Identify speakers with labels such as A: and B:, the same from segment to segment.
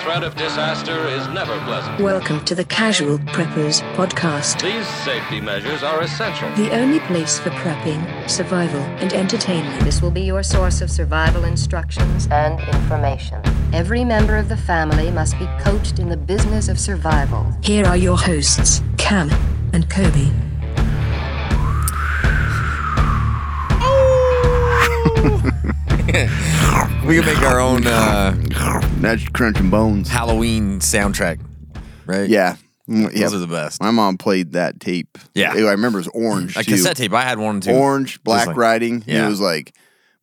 A: threat of disaster is never pleasant.
B: Welcome to the Casual Preppers Podcast,
A: These safety measures are essential.
B: the only place for prepping, survival, and entertainment.
C: This will be your source of survival instructions and information. Every member of the family must be coached in the business of survival.
B: Here are your hosts, Cam and Kobe.
D: We can make our own uh,
E: That's crunching bones.
D: Halloween soundtrack, right?
E: Yeah. Mm, yeah.
D: Those are the best.
E: My mom played that tape.
D: Yeah.
E: Ew, I remember it was orange.
D: A
E: too.
D: cassette tape. I had one too.
E: Orange, black
D: like-
E: riding.
D: yeah. Mm-hmm.
E: It was like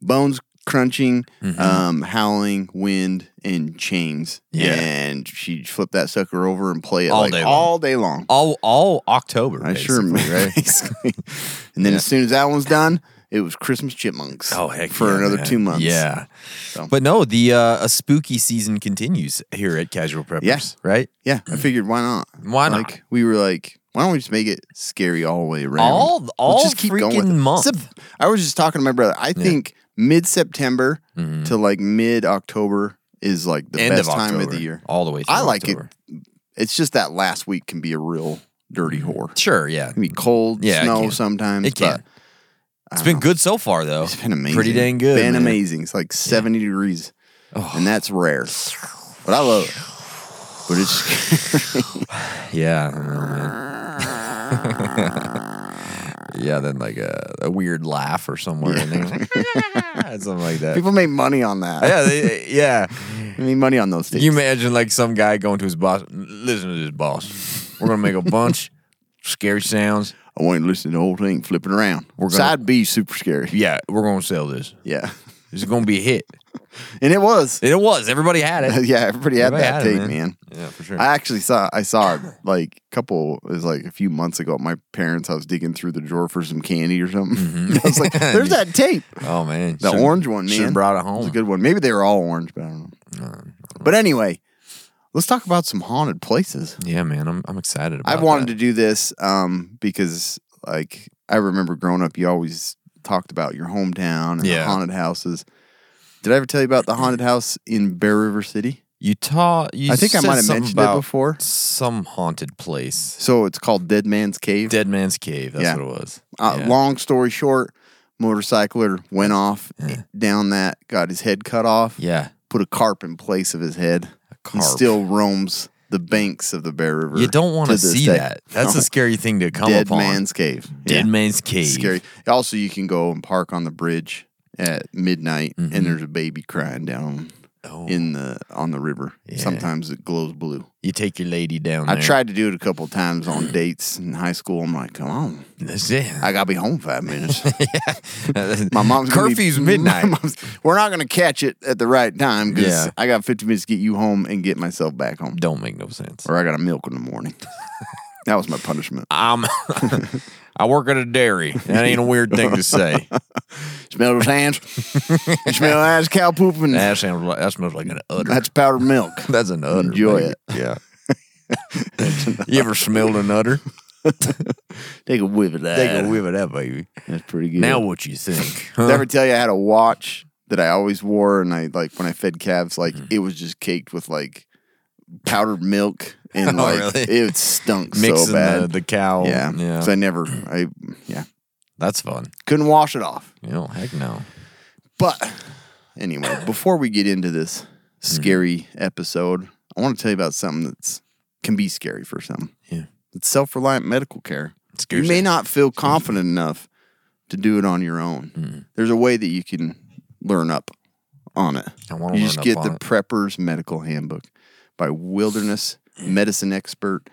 E: bones crunching, um, howling, wind, and chains.
D: Yeah.
E: And she'd flip that sucker over and play it
D: All
E: like
D: day long.
E: all day long.
D: All all October.
E: I sure
D: basically, right?
E: basically. And then as soon as that one's done, it was Christmas chipmunks.
D: Oh heck!
E: For
D: yeah,
E: another
D: man.
E: two months.
D: Yeah. But no, the uh, a spooky season continues here at Casual Preppers.
E: Yeah.
D: Right.
E: Yeah. I figured why not?
D: Mm-hmm. Why not?
E: Like we were like, why don't we just make it scary all the way around?
D: All-
E: Let's
D: all
E: with
D: freaking
E: it.
D: month.
E: Sep- I was just talking to my brother. I think mid September to like mid October is like the
D: Mm-hmm. End
E: best
D: of
E: time of
D: October,
E: the year.
D: All the way. Through
E: I like
D: October.
E: it. It's just that last week can be a real dirty whore. It
D: Sure. Yeah.
E: can be cold,
D: Mm-hmm. Yeah, it
E: snow
D: can.
E: sometimes.
D: It can.
E: But
D: It's been good so far though.
E: Uh, it's been amazing.
D: Pretty dang good.
E: Been
D: man.
E: amazing. It's like seventy degrees, and that's rare. But I love it. But it's
D: Yeah. I don't know, man. yeah. Then like a, a weird laugh or somewhere in there, something like that.
E: people make money on that.
D: yeah. They, yeah.
E: I mean, money on those things.
D: You imagine like some guy going to his boss. Listen to this, boss. We're gonna make a bunch scary sounds.
E: I want you to listen to the whole thing flipping around.
D: We're gonna-
E: Side B, super scary.
D: Yeah, we're gonna sell this.
E: Yeah.
D: This is gonna be a hit.
E: And it was.
D: And it was. Everybody had it.
E: yeah, everybody had
D: Everybody
E: that
D: had it,
E: tape,
D: man.
E: man.
D: Yeah, for sure.
E: I actually saw I saw it like a couple it was like a few months ago at my parents' I was digging through the drawer for some candy or something. I was like, there's that tape.
D: oh man,
E: The
D: Mm-hmm. Should've-
E: orange one, man.
D: should've brought it
E: It was
D: home.
E: a good one. Maybe they were all orange, but I don't know.
D: Uh,
E: But anyway, let's talk about some haunted places.
D: yeah, man. I'm I'm excited. About
E: I've wanted to do this um, because, like, I remember growing up, you always talked about your hometown and
D: Yeah.
E: the haunted houses. Did I ever tell you about the haunted house in Bear River City?
D: You taught. You
E: I think I
D: said
E: might have
D: something
E: mentioned it
D: about
E: before.
D: Some haunted place.
E: So it's called Dead Man's Cave.
D: Dead Man's Cave. That's
E: Yeah.
D: what it was.
E: Uh,
D: Yeah.
E: Long story short, motorcycler went off down that, got his head cut off,
D: Yeah.
E: put a carp in place of his head, and
D: carp.
E: still roams the banks of the Bear River.
D: You don't want to
E: this
D: see
E: day.
D: that. That's
E: No.
D: a scary thing to come
E: Dead
D: upon.
E: Man's Cave.
D: Dead
E: Yeah.
D: Man's Cave.
E: Scary. Also, you can go and park on the bridge at midnight, and there's a baby crying down
D: Mm-hmm. Oh.
E: in the on the river. Sometimes it glows blue.
D: You take your lady down.
E: I
D: there.
E: tried to do it a couple times on dates in high school. I'm like, come on,
D: That's it.
E: I gotta be home five minutes. My mom's gonna be-
D: curfew's
E: my
D: midnight.
E: mom's- we're not gonna catch it at the right time because
D: Yeah.
E: I got 50 minutes to get you home and get myself back home,
D: Don't make no sense.
E: or I got to milk in the morning. that was my punishment.
D: I'm. I work at a dairy. That ain't a weird thing to say.
E: Smell those hands. you smell ass cow pooping.
D: That sounds like that smells like an udder.
E: That's powdered milk.
D: That's an udder.
E: Enjoy
D: baby. Yeah. you ever smelled an udder?
E: Take a whiff of that.
D: Take a whiff of that, baby.
E: That's pretty good.
D: Now uh, what you think? huh?
E: Did I ever tell you I had a watch that I always wore and I like when I fed calves, like
D: Mm-hmm.
E: it was just caked with like powdered milk and
D: Oh,
E: like
D: really?
E: it stunk
D: Mixing
E: so bad.
D: The, the cow.
E: yeah.
D: yeah.
E: So I never I yeah.
D: That's fun.
E: Couldn't wash it off.
D: You know, heck no.
E: But anyway, before we get into this
D: Mm-hmm.
E: scary episode, I want to tell you about something that's can be scary for some.
D: Yeah.
E: It's self reliant medical care.
D: Scares
E: you may
D: you.
E: not feel confident enough to do it on your own.
D: Mm-hmm.
E: There's a way that you can learn up on it.
D: I wanna
E: You
D: learn
E: just
D: up
E: get
D: on
E: the
D: it.
E: Prepper's Medical Handbook by wilderness medicine expert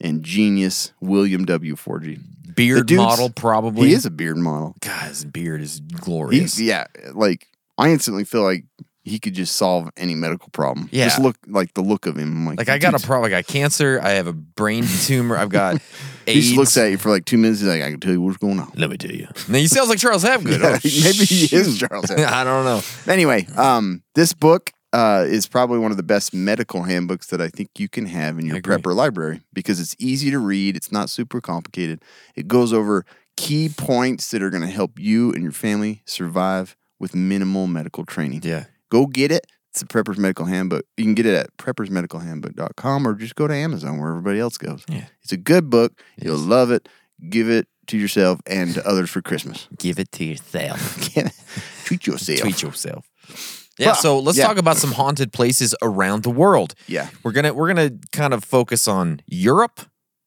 E: and genius William W. Forgy. The
D: Beard
E: dude's-
D: model probably.
E: He is a beard model.
D: God, his beard is glorious.
E: He's yeah, like I instantly feel like he could just solve any medical problem.
D: Yeah.
E: just look like the look of him. I'm like,
D: Like I got a
E: dude,
D: problem. I got cancer. I have a brain tumor. I've got
E: He
D: AIDS.
E: just looks at you for like two minutes. He's like, I can tell you what's going on.
D: Let me tell you. Now he sounds like Charles Hapgood.
E: Yeah,
D: Oh,
E: maybe he is
D: shoot.
E: Charles. Heston.
D: I don't know.
E: anyway, um, this book uh, is probably one of the best medical handbooks that I think you can have in your
D: agree.
E: prepper library because it's easy to read. It's not super complicated. It goes over key points that are going to help you and your family survive with minimal medical training.
D: Yeah.
E: Go get it. It's the Prepper's Medical Handbook. You can get it at preppersmedicalhandbook.com or just go to Amazon where everybody else goes.
D: Yeah.
E: It's a good book. You'll love it. Give it to yourself and to others for Christmas.
D: Give it to yourself.
E: Treat yourself.
D: Tweet yourself. Yeah,
E: Well,
D: so let's
E: yeah.
D: talk about some haunted places around the world.
E: Yeah.
D: We're gonna we're gonna kind of focus on Europe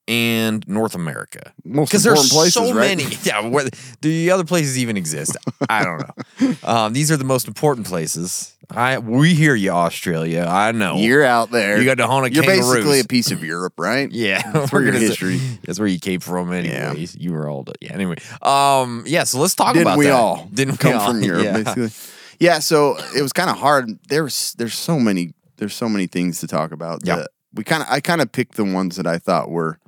D: and North America.
E: Most
D: Because there's
E: important places,
D: so
E: right?
D: many. Yeah, where, do the other places even exist? I don't know. Um, these are the most important places. I we hear you, Australia. I know.
E: You're out there.
D: You got to haunt a
E: You're
D: kangaroos.
E: basically a piece of Europe, right?
D: Yeah,
E: That's where
D: we're
E: your
D: gonna say-
E: history.
D: that's where you came from, anyways. You were all yeah. Anyway, um, yeah. So let's talk
E: Didn't
D: about
E: we
D: that.
E: all?
D: Didn't we
E: come
D: all?
E: from Europe,
D: Yeah.
E: basically? Yeah. So it was kind of hard. There's there's so many there's so many things to talk about.
D: Yeah.
E: that We kind of I kind of picked the ones that I thought were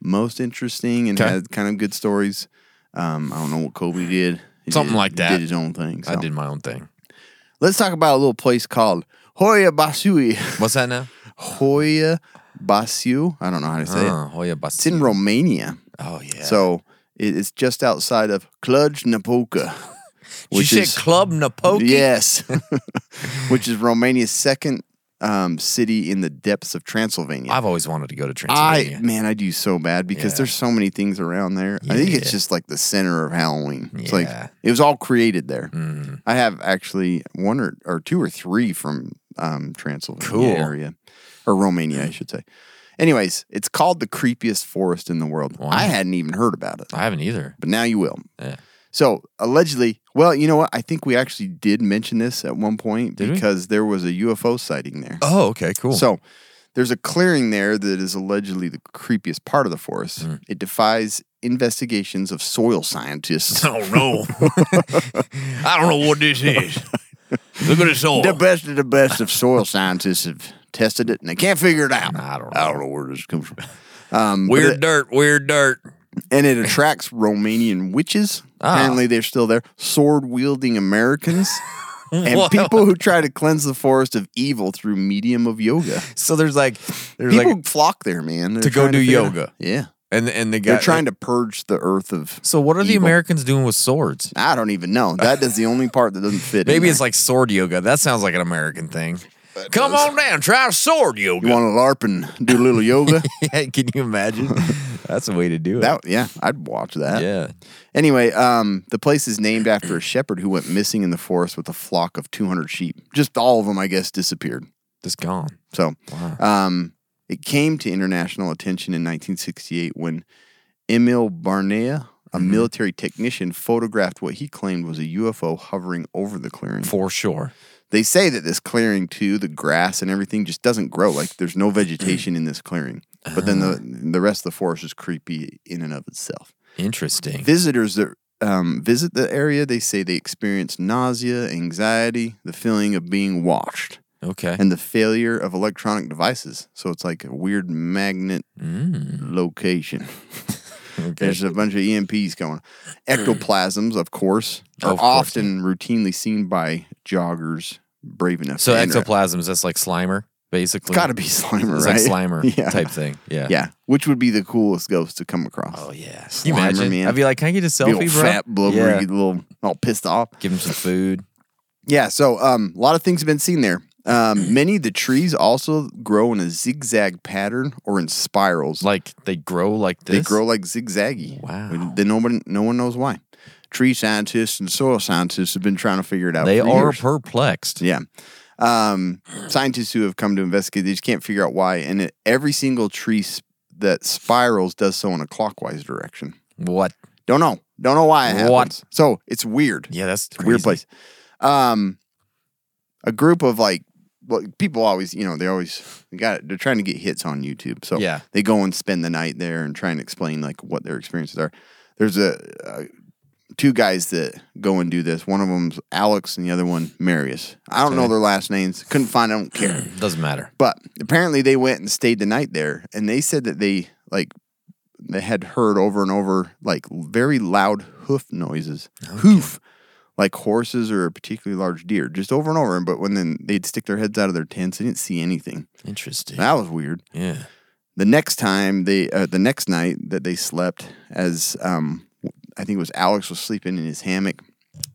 E: most interesting and
D: Okay.
E: had kind of good stories. Um, I don't know what Kobe did. He
D: Something
E: did-
D: like that.
E: Did his own thing.
D: I
E: so.
D: did my own thing.
E: Let's talk about a little place called Hoya Basui.
D: What's that now?
E: Hoya Basu. I don't know how to say it.
D: Oh, Hoya
E: It's in Romania.
D: Oh yeah.
E: So it- it's just outside of Cluj Napoca.
D: Did you say Club Napoki?
E: Yes. which is Romania's second um, city in the depths of Transylvania.
D: I've always wanted to go to
E: I
D: Transylvania.
E: man, I do so bad because
D: Yeah.
E: there's so many things around there. I think it's
D: Yeah.
E: just like the center of Halloween. It's like
D: Yeah.
E: it was all created there.
D: Mm.
E: I have actually one or, or two or three from um, Transylvania
D: Cool.
E: area or Romania, I should say. Anyways, it's called the creepiest forest in the world.
D: Wow.
E: I hadn't even heard about it,
D: I haven't either.
E: but now you will.
D: Yeah.
E: So allegedly, well, you know what? I think we actually did mention this at one point
D: Did we?
E: because there was a UFO sighting there.
D: Oh, okay, cool.
E: So there's a clearing there that is allegedly the creepiest part of the forest.
D: Mm.
E: It defies investigations of soil scientists.
D: I don't know. I don't know what this is. Look at this oil.
E: The best of the best of soil scientists have tested it and they can't figure it out.
D: I don't
E: I don't know where this comes from. Um, but
D: Weird
E: it-
D: dirt. Weird dirt.
E: and it attracts Romanian witches.
D: Ah.
E: Apparently, they're still there. Sword wielding Americans and
D: Wow.
E: people who try to cleanse the forest of evil through medium of yoga.
D: So there's like there's
E: people
D: like
E: flock there, man, They're
D: To go
E: trying
D: do
E: figure-
D: yoga.
E: Yeah,
D: and and the guy
E: they're trying to purge the earth of.
D: So what are the
E: evil.
D: Americans doing with swords?
E: I don't even know. That is the only part that doesn't fit. in
D: Maybe it's
E: there.
D: like sword yoga. That sounds like an American thing. Come on down, try sword yoga.
E: you want to LARP and do a little yoga.
D: yeah, can you imagine? That's a way to do it.
E: that yeah, I'd watch that.
D: yeah.
E: Anyway, um, the place is named after a shepherd who went missing in the forest with a flock of 200 sheep. Just all of them, I guess, disappeared.
D: Just gone.
E: So,
D: Wow.
E: um, it came to international attention in 1968 when Emil Barnea, a
D: Mm-hmm.
E: military technician, photographed what he claimed was a UFO hovering over the clearing.
D: For sure.
E: They say that this clearing, too, the grass and everything just doesn't grow. Like there's no vegetation in this clearing. But then the
D: Ah.
E: the rest of the forest is creepy in and of itself.
D: Interesting.
E: Visitors that um, visit the area, they say they experience nausea, anxiety, the feeling of being watched,
D: Okay.
E: and the failure of electronic devices. So it's like a weird magnet
D: Mm.
E: location.
D: okay.
E: There's a bunch of EMPs going. Ectoplasms, of course, are
D: Of course,
E: often routinely seen by joggers brave enough
D: So
E: to enter.
D: ectoplasms, that's like Slimer, basically.
E: It's got to be Slimer,
D: It's
E: right?
D: like Slimer
E: yeah.
D: type thing. Yeah.
E: Yeah, which would be the coolest ghost to come across.
D: Oh yeah. Can you
E: Slimer,
D: imagine?
E: man.
D: I'd be like, can I get a
E: Big old
D: selfie, bro?
E: fat, blubbery
D: yeah.
E: little, all pissed off.
D: Give him some food.
E: Yeah, so um, a lot of things have been seen there. Um, many of the trees also grow in a zigzag pattern or in spirals.
D: Like they grow like this.
E: They grow like zigzaggy.
D: Wow.
E: We- Then nobody, no one knows why. Tree scientists and soil scientists have been trying to figure it out.
D: They
E: for
D: are
E: years.
D: perplexed.
E: Yeah. Um, scientists who have come to investigate, they just can't figure out why. And it, every single tree sp- that spirals does so in a clockwise direction.
D: What?
E: Don't know. Don't know why it happens.
D: What?
E: So it's weird.
D: Yeah, that's
E: It's a weird
D: crazy.
E: place. Um, a group of like, well, people always, you know, they always they got they're trying to get hits on YouTube, so
D: Yeah.
E: they go and spend the night there and try and explain like what their experiences are. There's a, uh two guys that go and do this. One of them's Alex, and the other one Marius. I don't know their last names. Couldn't find. I don't care.
D: Doesn't matter.
E: But apparently they went and stayed the night there, and they said that they like they had heard over and over like very loud hoof noises, hoof, like horses or a particularly large deer, just over and over. But when then they'd stick their heads out of their tents, they didn't see anything.
D: Interesting.
E: That was weird.
D: Yeah.
E: The next time they, uh, the next night that they slept, as um, I think it was Alex was sleeping in his hammock,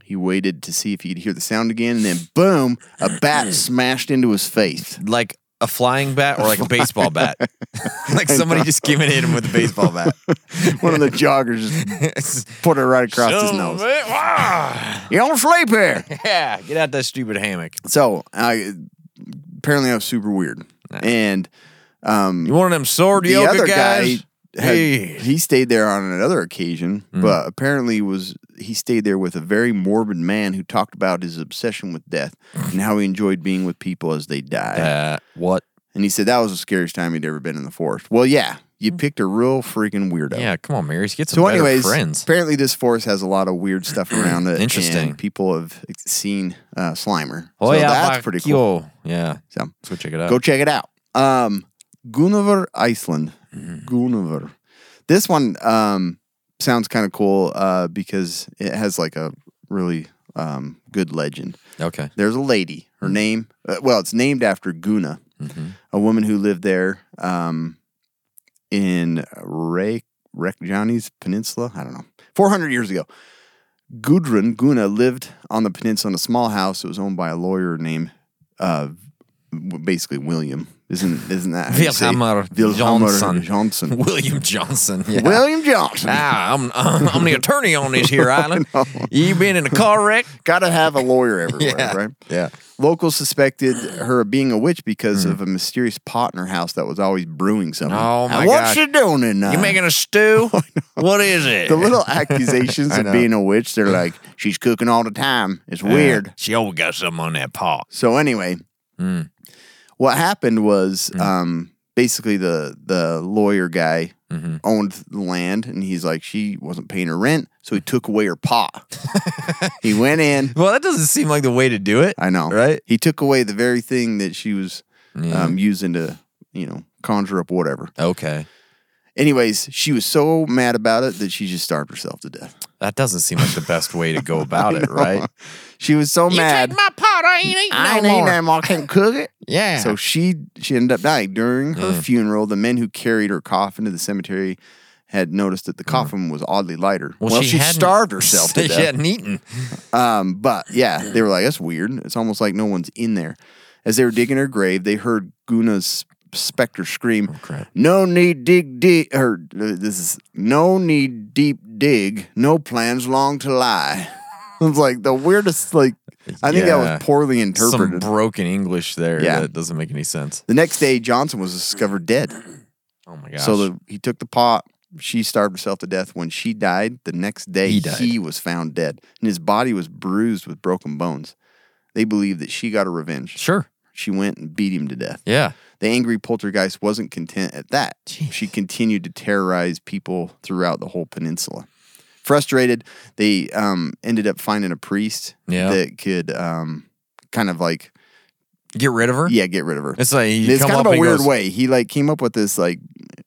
E: he He waited to see if he'd hear the sound again, and then boom, a bat smashed into his face.
D: Like a flying bat or like a baseball bat. like somebody just came and hit him with a baseball bat.
E: One of the joggers just
D: It's-
E: put it right across his nose.
D: Ah!
E: You don't sleep here.
D: yeah, get out that stupid hammock.
E: So I apparently I was super weird, and
D: You one of them sword
E: Mm. the
D: yoga
E: other
D: guys?
E: guy had,
D: Hey.
E: he stayed there on another occasion, but apparently was he stayed there with a very morbid man who talked about his obsession with death and how he enjoyed being with people as they died.
D: Uh, what?
E: And he said that was the scariest time he'd ever been in the forest. Well, yeah, you picked a real freaking weirdo.
D: Yeah, come on, Marys. Get some
E: So,
D: better
E: anyways,
D: friends.
E: apparently this forest has a lot of weird stuff around it.
D: Interesting.
E: and people have seen uh, Slimer.
D: Oh
E: so
D: yeah,
E: that's pretty cool.
D: Yeah,
E: So
D: let's go check it out.
E: Go check it out. Um, Gunnavar, Iceland.
D: Mm-hmm.
E: Gunnavar. This one um, sounds kind of cool uh, because it has like a really um, good legend.
D: okay.
E: There's a lady. Her
D: Mm-hmm.
E: name, uh, well, it's named after Guna, a woman who lived there um, in Rey- Rekjani's Peninsula. I don't know, 400 years ago. Gudrun Guna lived on the peninsula in a small house that was owned by a lawyer named, uh, w- basically William. Isn't isn't that how you say it?
D: Wilhelm
E: Wilhelm
D: Johnson.
E: Johnson?
D: William Johnson. Yeah.
E: William Johnson.
D: Ah, I'm, I'm the attorney on this here island. You been in a car wreck?
E: Got to have a lawyer everywhere, right?
D: Yeah. Hmm.
E: Locals suspected her of being a witch because of a mysterious pot in her house that was always brewing something.
D: Oh, my
E: Now,
D: gosh.
E: What's she doing in there?
D: You making a stew? what is it?
E: the little accusations
D: I
E: of
D: know.
E: being a witch, they're like, she's cooking all the time. It's
D: Yeah.
E: weird.
D: She always got something on that pot.
E: So anyway,
D: Mm.
E: what happened was
D: Hmm.
E: um, basically the the lawyer guy
D: Mhm.
E: owned the land and he's like, she wasn't paying her rent, so he took away her pot. he went in.
D: Well, that doesn't seem like the way to do it.
E: I know.
D: Right?
E: He took away the very thing that she was
D: Yeah.
E: um, using to, you know, conjure up whatever.
D: Okay.
E: Anyways, she was so mad about it that she just starved herself to death.
D: That doesn't seem like the best way to go about it, right?
E: She was so mad.
D: my pot. I ain't eating
E: I ain't eating that more. I can't cook it.
D: Yeah.
E: So she she ended up dying during her funeral. The men who carried her coffin to the cemetery had noticed that the coffin was oddly lighter. Well, she,
D: hadn't-
E: starved herself to
D: she
E: death.
D: hadn't eaten.
E: Um, but yeah, they were like, "That's weird. It's almost like no one's in there." As they were digging her grave, they heard Guna's specter scream,
D: Oh, crap.
E: "No need dig dig." Or uh, this is no need deep dig. No plans long to lie. it was like the weirdest. Like I think that
D: Yeah.
E: was poorly
D: Some
E: interpreted.
D: broken English there
E: Yeah.
D: that doesn't make any sense.
E: the next day, Johnson was discovered dead.
D: Oh my gosh.
E: So the, he took the pot. She starved herself to death. When she died, the next day
D: He
E: he,
D: died.
E: was found dead, and his body was bruised with broken bones. They believe that she got her revenge.
D: sure.
E: She went and beat him to death.
D: Yeah.
E: The angry poltergeist wasn't content at that. She continued to terrorize people throughout the whole peninsula. Frustrated, they um, ended up finding a priest
D: Yeah.
E: that could um, kind of like
D: Get rid of her?
E: yeah, get rid of her.
D: It's like he
E: it's
D: come
E: kind of
D: up
E: a
D: and
E: weird
D: goes-
E: way. He like came up with this like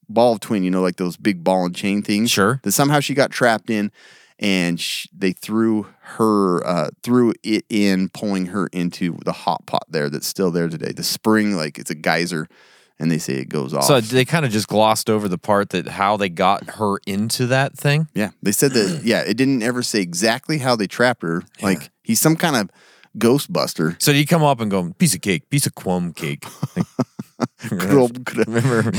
E: ball of twin, you know, like those big ball and chain things.
D: Sure.
E: That somehow she got trapped in, and sh they threw her uh, threw it in, pulling her into the hot pot there that's still there today. The spring, like it's a geyser, and they say it goes off.
D: So they kind of just glossed over the part that how they got her into that thing.
E: yeah, they said that. Yeah, it didn't ever say exactly how they trapped her. Like he's some kind of ghostbuster.
D: So you come up and go, piece of cake, piece of quum cake. Like, remember,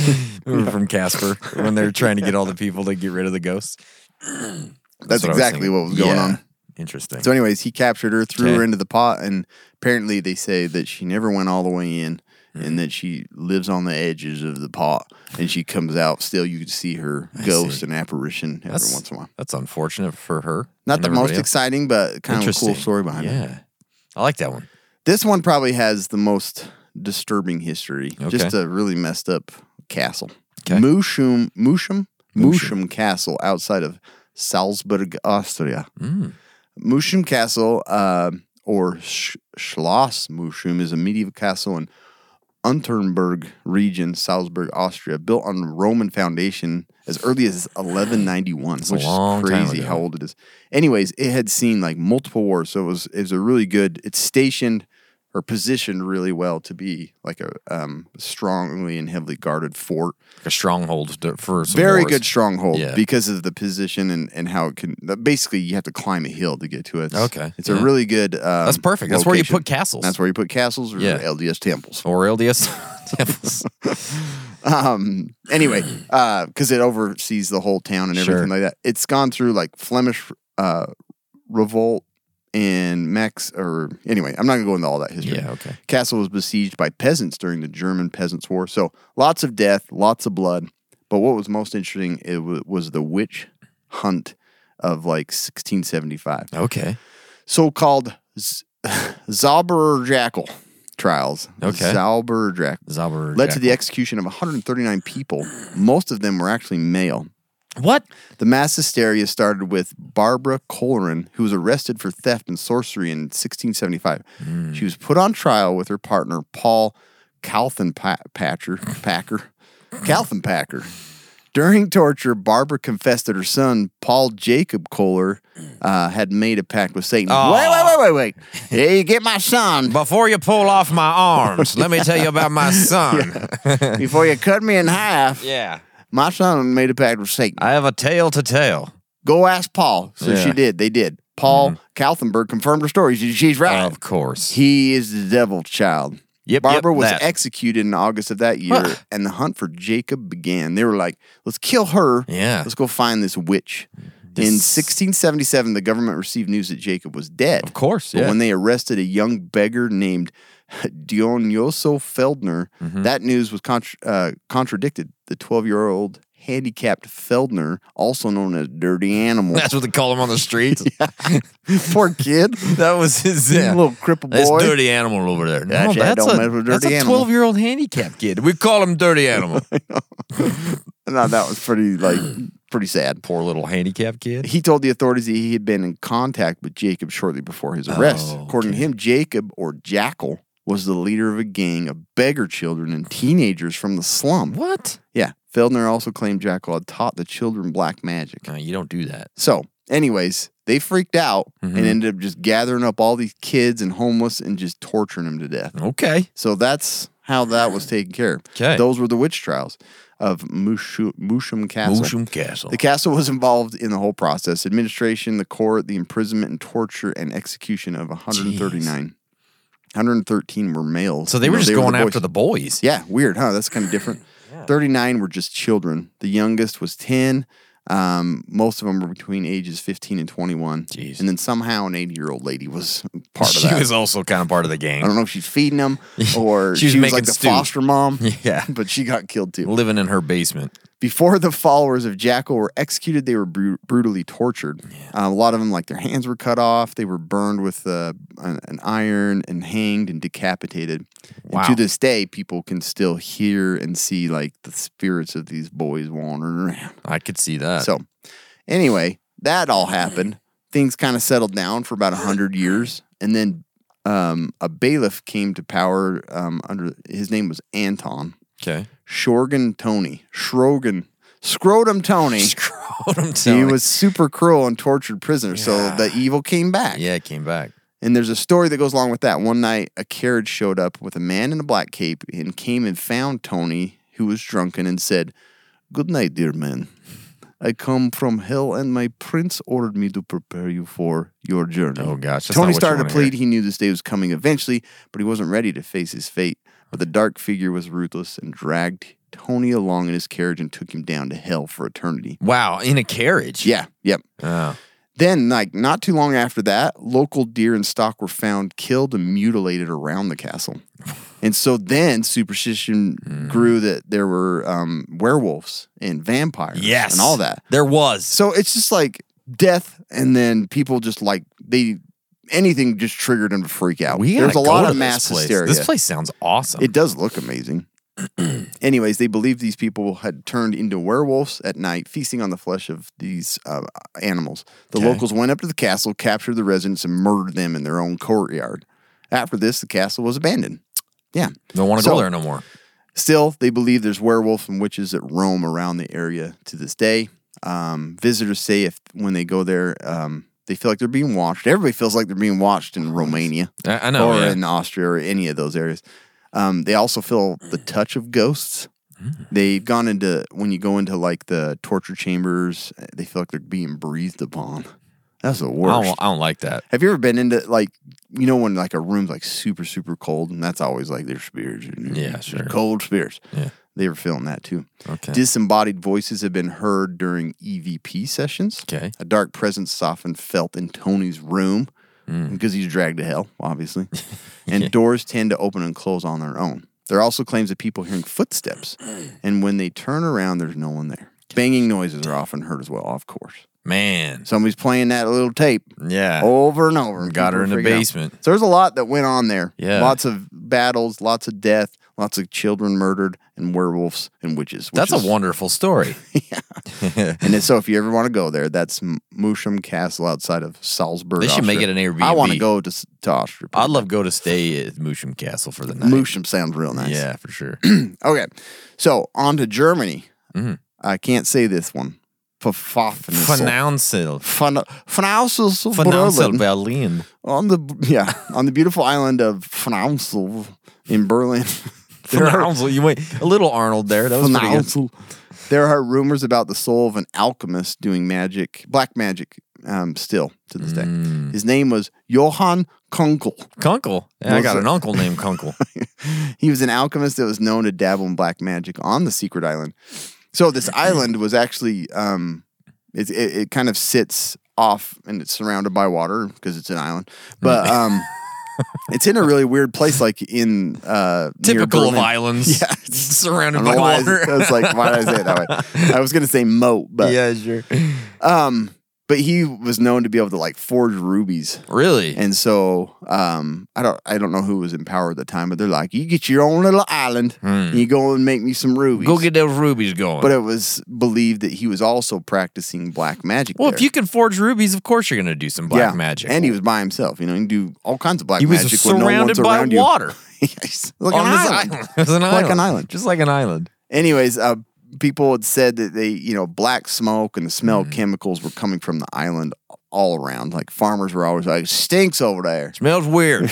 D: remember from Casper when they're trying to get all the people to get rid of the ghosts?
E: That's
D: what I was
E: exactly
D: thinking.
E: what was going
D: Yeah.
E: on.
D: Interesting.
E: So, anyways, he captured her, threw
D: Okay.
E: her into the pot, and apparently they say that she never went all the way in,
D: Mm-hmm.
E: and that she lives on the edges of the pot, and she comes out. Still, you can see her ghost and apparition every
D: That's-
E: once in a while.
D: That's unfortunate for her.
E: Not
D: and
E: the
D: everybody
E: most
D: else.
E: exciting, but kind of a
D: Interesting.
E: cool story behind it.
D: Yeah. I like that one.
E: This one probably has the most disturbing history. Just
D: Okay.
E: a really messed up castle.
D: Okay.
E: Mushum, Mushum, Mushum Castle outside of Salzburg, Austria.
D: Hmm.
E: Mushum Castle, uh, or Sch- Schloss Mushum, is a medieval castle in Unterberg region, Salzburg, Austria, built on Roman foundation as early as 1191,
D: a
E: which
D: long
E: is
D: time
E: crazy
D: ago.
E: how old it is. Anyways, it had seen like multiple wars, so it was it was a really good. It's stationed are positioned really well to be like a um, strongly and heavily guarded fort.
D: Like a stronghold to- for some
E: Very
D: wars.
E: good stronghold
D: Yeah.
E: because of the position and, and how it can. Basically, you have to climb a hill to get to it.
D: Okay,
E: it's
D: yeah.
E: a really good. Um,
D: That's perfect. That's where you put castles.
E: That's where you put castles or
D: Yeah.
E: LDS temples.
D: Or LDS temples.
E: um anyway uh because it oversees the whole town and everything
D: Sure.
E: like that it's gone through like flemish uh revolt and max or anyway i'm not gonna go into all that history
D: Yeah, okay.
E: castle was besieged by peasants during the german peasants war so lots of death lots of blood but what was most interesting it wa- was the witch hunt of like 1675
D: Okay.
E: so-called Z- zauber jackal trials
D: Okay.
E: zauber jackal
D: Zauber.
E: led to the execution of 139 people. Most of them were actually male.
D: What?
E: The mass hysteria started with Barbara Colleran, who was arrested for theft and sorcery in 1675.
D: Hmm.
E: She was put on trial with her partner, Paul Kalthenpatcher, Packer, Kalthenpacker. During torture, Barbara confessed that her son, Paul Jacob Kohler, uh, had made a pact with Satan.
D: Aw.
E: Wait, wait, wait, wait, wait. Hey, get my son.
D: Before you pull off my arms, let me tell you about my son.
E: Before you cut me in half,
D: Yeah.
E: my son made a pact with Satan.
D: I have a tale to tell.
E: Go ask Paul. So
D: Yeah.
E: she did. They did. Paul Kalthenberg confirmed her story. She- she's right.
D: Of course.
E: He is the devil's child.
D: Yep,
E: Barbara
D: yep,
E: was
D: that.
E: executed in August of that year,
D: Huh.
E: and the hunt for Jacob began. They were like, let's kill her.
D: Yeah.
E: Let's go find this witch. In
D: This-
E: 1677, the government received news that Jacob was dead.
D: Of course,
E: But
D: yeah.
E: when they arrested a young beggar named Dionyoso Feldner,
D: Mm-hmm.
E: that news was contra- uh, contradicted. The 12 year old handicapped Feldner, also known as Dirty Animal,
D: That's what they call him on the street.
E: Poor kid.
D: That was his
E: He's a
D: uh,
E: little cripple
D: That's
E: boy.
D: dirty animal over there. No,
E: That's it.
D: that's
E: Don't
D: a
E: mess with dirty
D: that's a
E: animal.
D: twelve year old handicapped kid. We call him dirty animal.
E: No, that was pretty like pretty sad.
D: Poor little handicapped kid.
E: He told the authorities that he had been in contact with Jacob shortly before his arrest.
D: Oh,
E: According to him, Jacob or Jackal was the leader of a gang of beggar children and teenagers from the slum.
D: What?
E: Yeah. Feldner also claimed Jackal had taught the children black magic.
D: No, you don't do that.
E: So, anyways, they freaked out
D: Mm-hmm.
E: and ended up just gathering up all these kids and homeless and just torturing them to death.
D: Okay.
E: So that's how that was taken care of.
D: 'Kay.
E: Those were the witch trials of Mushu- Mushum Castle.
D: Mushroom castle.
E: The castle was involved in the whole process administration, the court, the imprisonment and torture and execution of 139. 113 were males.
D: so they
E: You
D: were
E: know,
D: just going
E: the
D: after
E: boys.
D: the boys.
E: Yeah, weird, huh? That's kind of different. 39 were just children. The youngest was 10. Um, most of them were between ages 15 and 21.
D: Jeez.
E: And then somehow an 80 year old lady was part of
D: she
E: that.
D: was also kind of part of the
E: I don't
D: gang,
E: know if she's feeding them or
D: She
E: she
D: was
E: was,
D: making
E: like the
D: stew.
E: foster mom.
D: Yeah.
E: But she got killed too.
D: living in her basement.
E: Before the followers of Jackal were executed, they were bru- brutally tortured. Uh, a lot of them, like their hands were cut off, they were burned with uh, an, an iron and hanged and decapitated.
D: Wow.
E: And to this day, people can still hear and see like the spirits of these boys wandering around.
D: I could see that.
E: So, anyway, that all happened. Things kind of settled down for about 100 years. And then um, a bailiff came to power um, under his name was Anton.
D: okay.
E: Shorgan Tony, Shrogan, Scrotum Tony.
D: Scrotum
E: He
D: Tony.
E: was super cruel and tortured prisoner, so the evil came back.
D: Yeah, it came back.
E: And there's a story that goes along with that. One night, a carriage showed up with a man in a black cape and came and found Tony, who was drunken, and said, Good night, dear man. I come from hell, and my prince ordered me to prepare you for your journey.
D: Oh, gosh, that's not what you
E: Tony started to
D: wanna hear.
E: plead. He knew this day was coming eventually, but he wasn't ready to face his fate. But the dark figure was ruthless and dragged Tony along in his carriage and took him down to hell for eternity.
D: Wow, in a carriage.
E: Yeah, yep.
D: Oh.
E: Then, like not too long after that, local deer and stock were found killed and mutilated around the castle. And so then superstition
D: Hmm.
E: grew that there were um, werewolves and vampires
D: Yes.
E: and all that.
D: There was.
E: So it's just like death, and then people just like they anything just triggered them to freak out.
D: We
E: There's
D: gotta
E: a
D: go
E: lot
D: to
E: of
D: this
E: mass
D: place.
E: hysteria.
D: This place sounds awesome.
E: It does look amazing. Anyways, they believed these people had turned into werewolves at night, feasting on the flesh of these uh, animals. The
D: Okay.
E: locals went up to the castle, captured the residents, and murdered them in their own courtyard. After this, the castle was abandoned. Yeah.
D: Don't want to go
E: So-
D: there no more.
E: Still, they believe there's werewolves and witches that roam around the area to this day. Um, visitors say if when they go there, um, They feel like they're being watched. Everybody feels like they're being watched in Romania
D: I, I know.
E: or
D: yeah.
E: in Austria or any of those areas. Um, they also feel the touch of ghosts.
D: Hmm.
E: They've gone into when you go into like the torture chambers, they feel like they're being breathed upon. That's the
D: I,
E: worst.
D: don't, Oh, I don't like that.
E: Have you ever been into like you know when like a room's like super super cold and that's always like their spirits.
D: Yeah,
E: There's
D: sure.
E: Cold spirits.
D: Yeah.
E: They were feeling that too.
D: Okay.
E: Disembodied voices have been heard during EVP sessions.
D: Okay.
E: A dark presence softened felt in Tony's room
D: Mm.
E: because he's dragged to hell, obviously. and doors tend to open and close on their own. There are also claims of people hearing footsteps, and when they turn around, there's no one there. Banging noises are often heard as well, of course.
D: Man.
E: Somebody's playing that little tape
D: Yeah.
E: over and over. and
D: Got her
E: people
D: in the
E: freaking out.
D: basement.
E: So there's a lot that went on there.
D: Yeah.
E: Lots of battles, lots of death, lots of children murdered, and werewolves and witches. which
D: That's
E: is-
D: a wonderful story.
E: And then, so if you ever want to go there, that's M- Musham Castle outside of Salzburg.
D: They should make
E: Austria.
D: it an Airbnb.
E: I want to go to, s- to Austria.
D: I'd love to go to stay at Musham Castle for the night.
E: Musham sounds real nice.
D: Yeah, for sure.
E: Okay. So on to Germany. I can't say this one. Pfaffenessel.
D: Financial. Financial
E: Fnausel
D: Berlin.
E: on the yeah on the beautiful island of Fnausel in Berlin. there are-
D: Financial. You went a little Arnold there. That was pretty good.
E: Phenomenal. There are rumors about the soul of an alchemist doing magic, black magic, um, still to this
D: Mm.
E: day. His name was Johann Kunkel.
D: Kunkel. Yeah, I
E: What's
D: got
E: that?
D: an uncle named Kunkel.
E: He was an alchemist that was known to dabble in black magic on the secret island. So this island was actually, um, it, it, it kind of sits off and it's surrounded by water because it's an island, but um, it's in a really weird place, like in uh, near
D: Typical of
E: Berlin.
D: islands.
E: Yeah. I
D: Surrounded
E: don't know
D: by
E: why I
D: water.
E: was like, why did I say it that way? I was gonna say moat, but
D: yeah, sure.
E: Um, but he was known to be able to like forge rubies.
D: Really?
E: And so um, I don't I don't know who was in power at the time, but they're like, you get your own little island, and you go and make me some rubies.
D: Hmm. go get those rubies going.
E: But uh, it was believed that he was also practicing black magic.
D: well,
E: there.
D: if you can forge rubies, of course you're going to do some black
E: Yeah.
D: magic.
E: and he was by himself, you know, he can do all kinds of black
D: He was
E: magic when no
D: surrounded
E: one's
D: by
E: around
D: water.
E: you. Yes. like
D: on
E: an
D: this
E: island.
D: It was an
E: Like
D: island.
E: an island.
D: Just like an island.
E: Anyways, uh, people had said that they, you know, black smoke and the smell
D: Hmm.
E: of chemicals were coming from the island all around. Like farmers were always like, stinks over there.
D: Smells weird.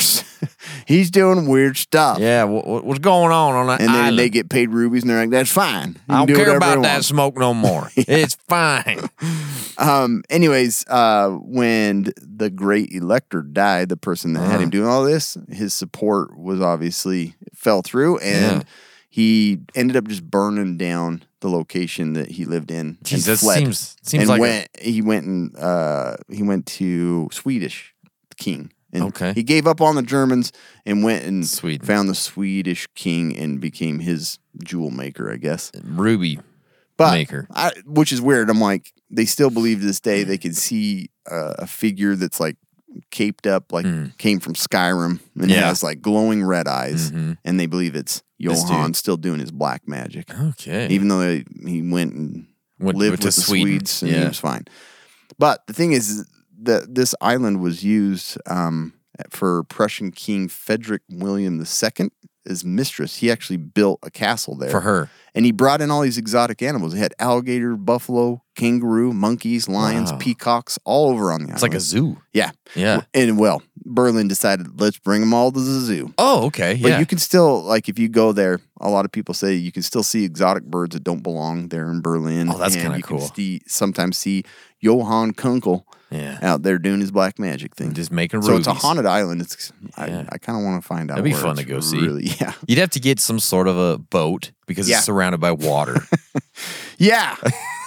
E: He's doing weird stuff.
D: yeah, what, what- what's going on on that
E: And then
D: island?
E: they get paid rubies and they're like, that's fine. You
D: I
E: can do
D: don't care
E: whatever you
D: about that
E: want."
D: smoke no more. It's fine.
E: Um, anyways, uh, when the great elector died, the person that
D: Uh-huh.
E: had him doing all this, his support was obviously fell through and
D: Yeah.
E: he ended up just burning down the location that he lived in.
D: Jeez,
E: and
D: that
E: fled
D: seems- seems
E: and
D: like a-
E: went, he went and uh, he went to Swedish king. And
D: Okay.
E: He gave up on the Germans and went and
D: Sweden.
E: found the Swedish king and became his jewel maker, I guess
D: Ruby.
E: but
D: maker.
E: I, which is weird. I'm like, they still believe to this day they can see uh, a figure that's like caped up, like came from Skyrim, and
D: Hmm. Yeah. Hmm.
E: has like glowing red eyes,
D: Mm-hmm.
E: and they believe it's Johan still doing his black magic,
D: Okay.
E: even though they, he went and
D: Went-
E: lived
D: went to
E: with the
D: Sweden.
E: Swedes, and he
D: Yeah.
E: was fine. But the thing is that this island was used um, for Prussian King Frederick William II. His mistress, he actually built a castle there
D: For her.
E: and he brought in all these exotic animals. He had alligator, buffalo, kangaroo, monkeys, lions,
D: Wow.
E: peacocks, all over on the island.
D: It's like a zoo.
E: yeah,
D: Yeah.
E: And Uh-huh. well, Berlin decided let's bring them all to the zoo.
D: Oh, okay.
E: But
D: Yeah.
E: you can still like if you go there, a lot of people say you can still see exotic birds that don't belong there in Berlin.
D: Oh, that's
E: and
D: kinda
E: you can
D: cool.
E: see- sometimes see Johann Kunkel
D: Yeah.
E: out there doing his black magic thing,
D: Just making
E: So it's a
D: rubies.
E: haunted island. It's
D: Yeah.
E: I, I kind of want to find out.
D: That'd be
E: where
D: fun
E: it's
D: to go see.
E: Really, yeah,
D: You'd have to get some sort of a boat because
E: Yeah.
D: it's surrounded by water.
E: yeah,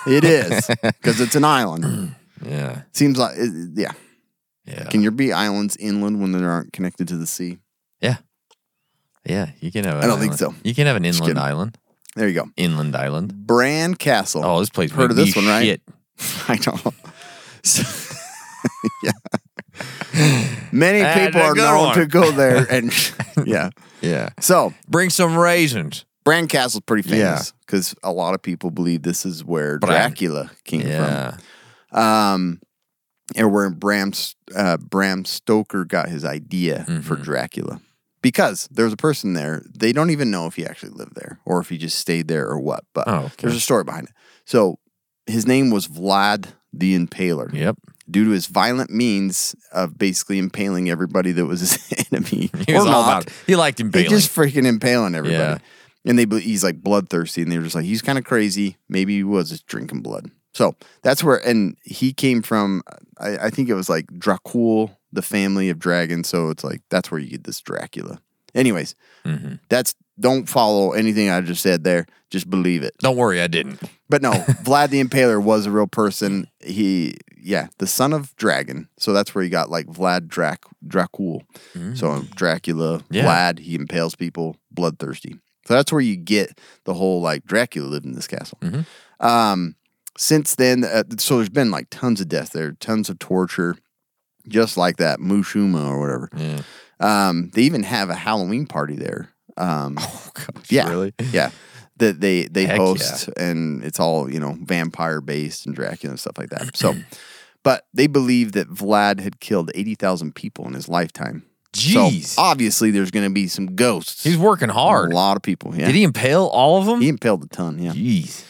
E: it is because it's an island.
D: yeah.
E: Seems like, it, yeah.
D: Yeah.
E: Can there be islands inland when they aren't connected to the sea?
D: yeah. Yeah. You can have an
E: I don't think
D: island.
E: so.
D: You can have an inland
E: kidding.
D: island.
E: There you go.
D: Inland island.
E: Bran Castle.
D: Oh, this place
E: heard of
D: made
E: this
D: me
E: one, right?
D: shit.
E: I know. Many
D: That's
E: people
D: a
E: are
D: good
E: known
D: one.
E: to go there, and yeah.
D: Yeah.
E: So
D: Bring some raisins.
E: Bran Castle's pretty
D: Yeah.
E: famous because a lot of people believe this is where
D: Bran.
E: Dracula came
D: Yeah.
E: from, um, and where Bram S- uh, Bram Stoker got his idea for
D: Mm-hmm.
E: Dracula. Because there was a person there, they don't even know if he actually lived there or if he just stayed there or what. But
D: Oh, okay.
E: there's a story behind it. So his name was Vlad the Impaler.
D: Yep.
E: due to his violent means of basically impaling everybody that was his enemy.
D: He was
E: or
D: all
E: not.
D: about it. He liked
E: He
D: impaling.
E: just freaking impaling everybody.
D: Yeah.
E: And they be- he's like bloodthirsty, and they were just like, he's kind of crazy. Maybe he was just drinking blood. So that's where, and he came from, I, I think it was like Dracul, the family of dragons. So it's like, that's where you get this Dracula. Anyways,
D: Mm-hmm.
E: that's, don't follow anything I just said there. Just believe it.
D: Don't worry, I didn't.
E: But no, Vlad the Impaler was a real person. He, yeah, the son of dragon. So that's where he got like Vlad Drac Dracul. So Dracula,
D: Mm. Yeah.
E: Vlad, he impales people, bloodthirsty. So that's where you get the whole like Dracula lived in this castle.
D: Mm-hmm.
E: Um, since then, uh, so there's been like tons of death there, tons of torture, just like that Mushuma or whatever. Um, they even have a Halloween party there. Um,
D: Oh, gosh,
E: yeah,
D: Really?
E: yeah. That they they
D: Heck
E: host and it's all you know vampire based and Dracula and stuff like that. So, but they believe that Vlad had killed eighty thousand people in his lifetime.
D: Jeez.
E: So obviously, there's going to be some ghosts.
D: He's working hard.
E: A lot of people. Yeah.
D: Did he impale all of them?
E: He impaled a ton. Yeah.
D: Jeez.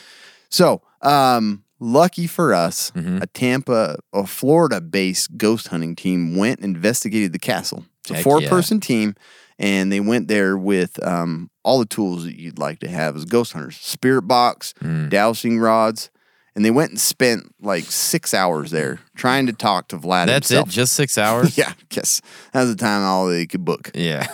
E: So, um, lucky for us,
D: Mm-hmm.
E: a Tampa, a Florida based ghost hunting team went and investigated the castle. It's a
D: Heck
E: four
D: yeah.
E: person team, and they went there with um, all the tools that you'd like to have as ghost hunters spirit box,
D: Mm.
E: dowsing rods. And they went and spent like six hours there trying to talk to Vlad.
D: That's
E: himself.
D: it. Just six hours.
E: yeah, yes. That was the time all they could book.
D: Yeah.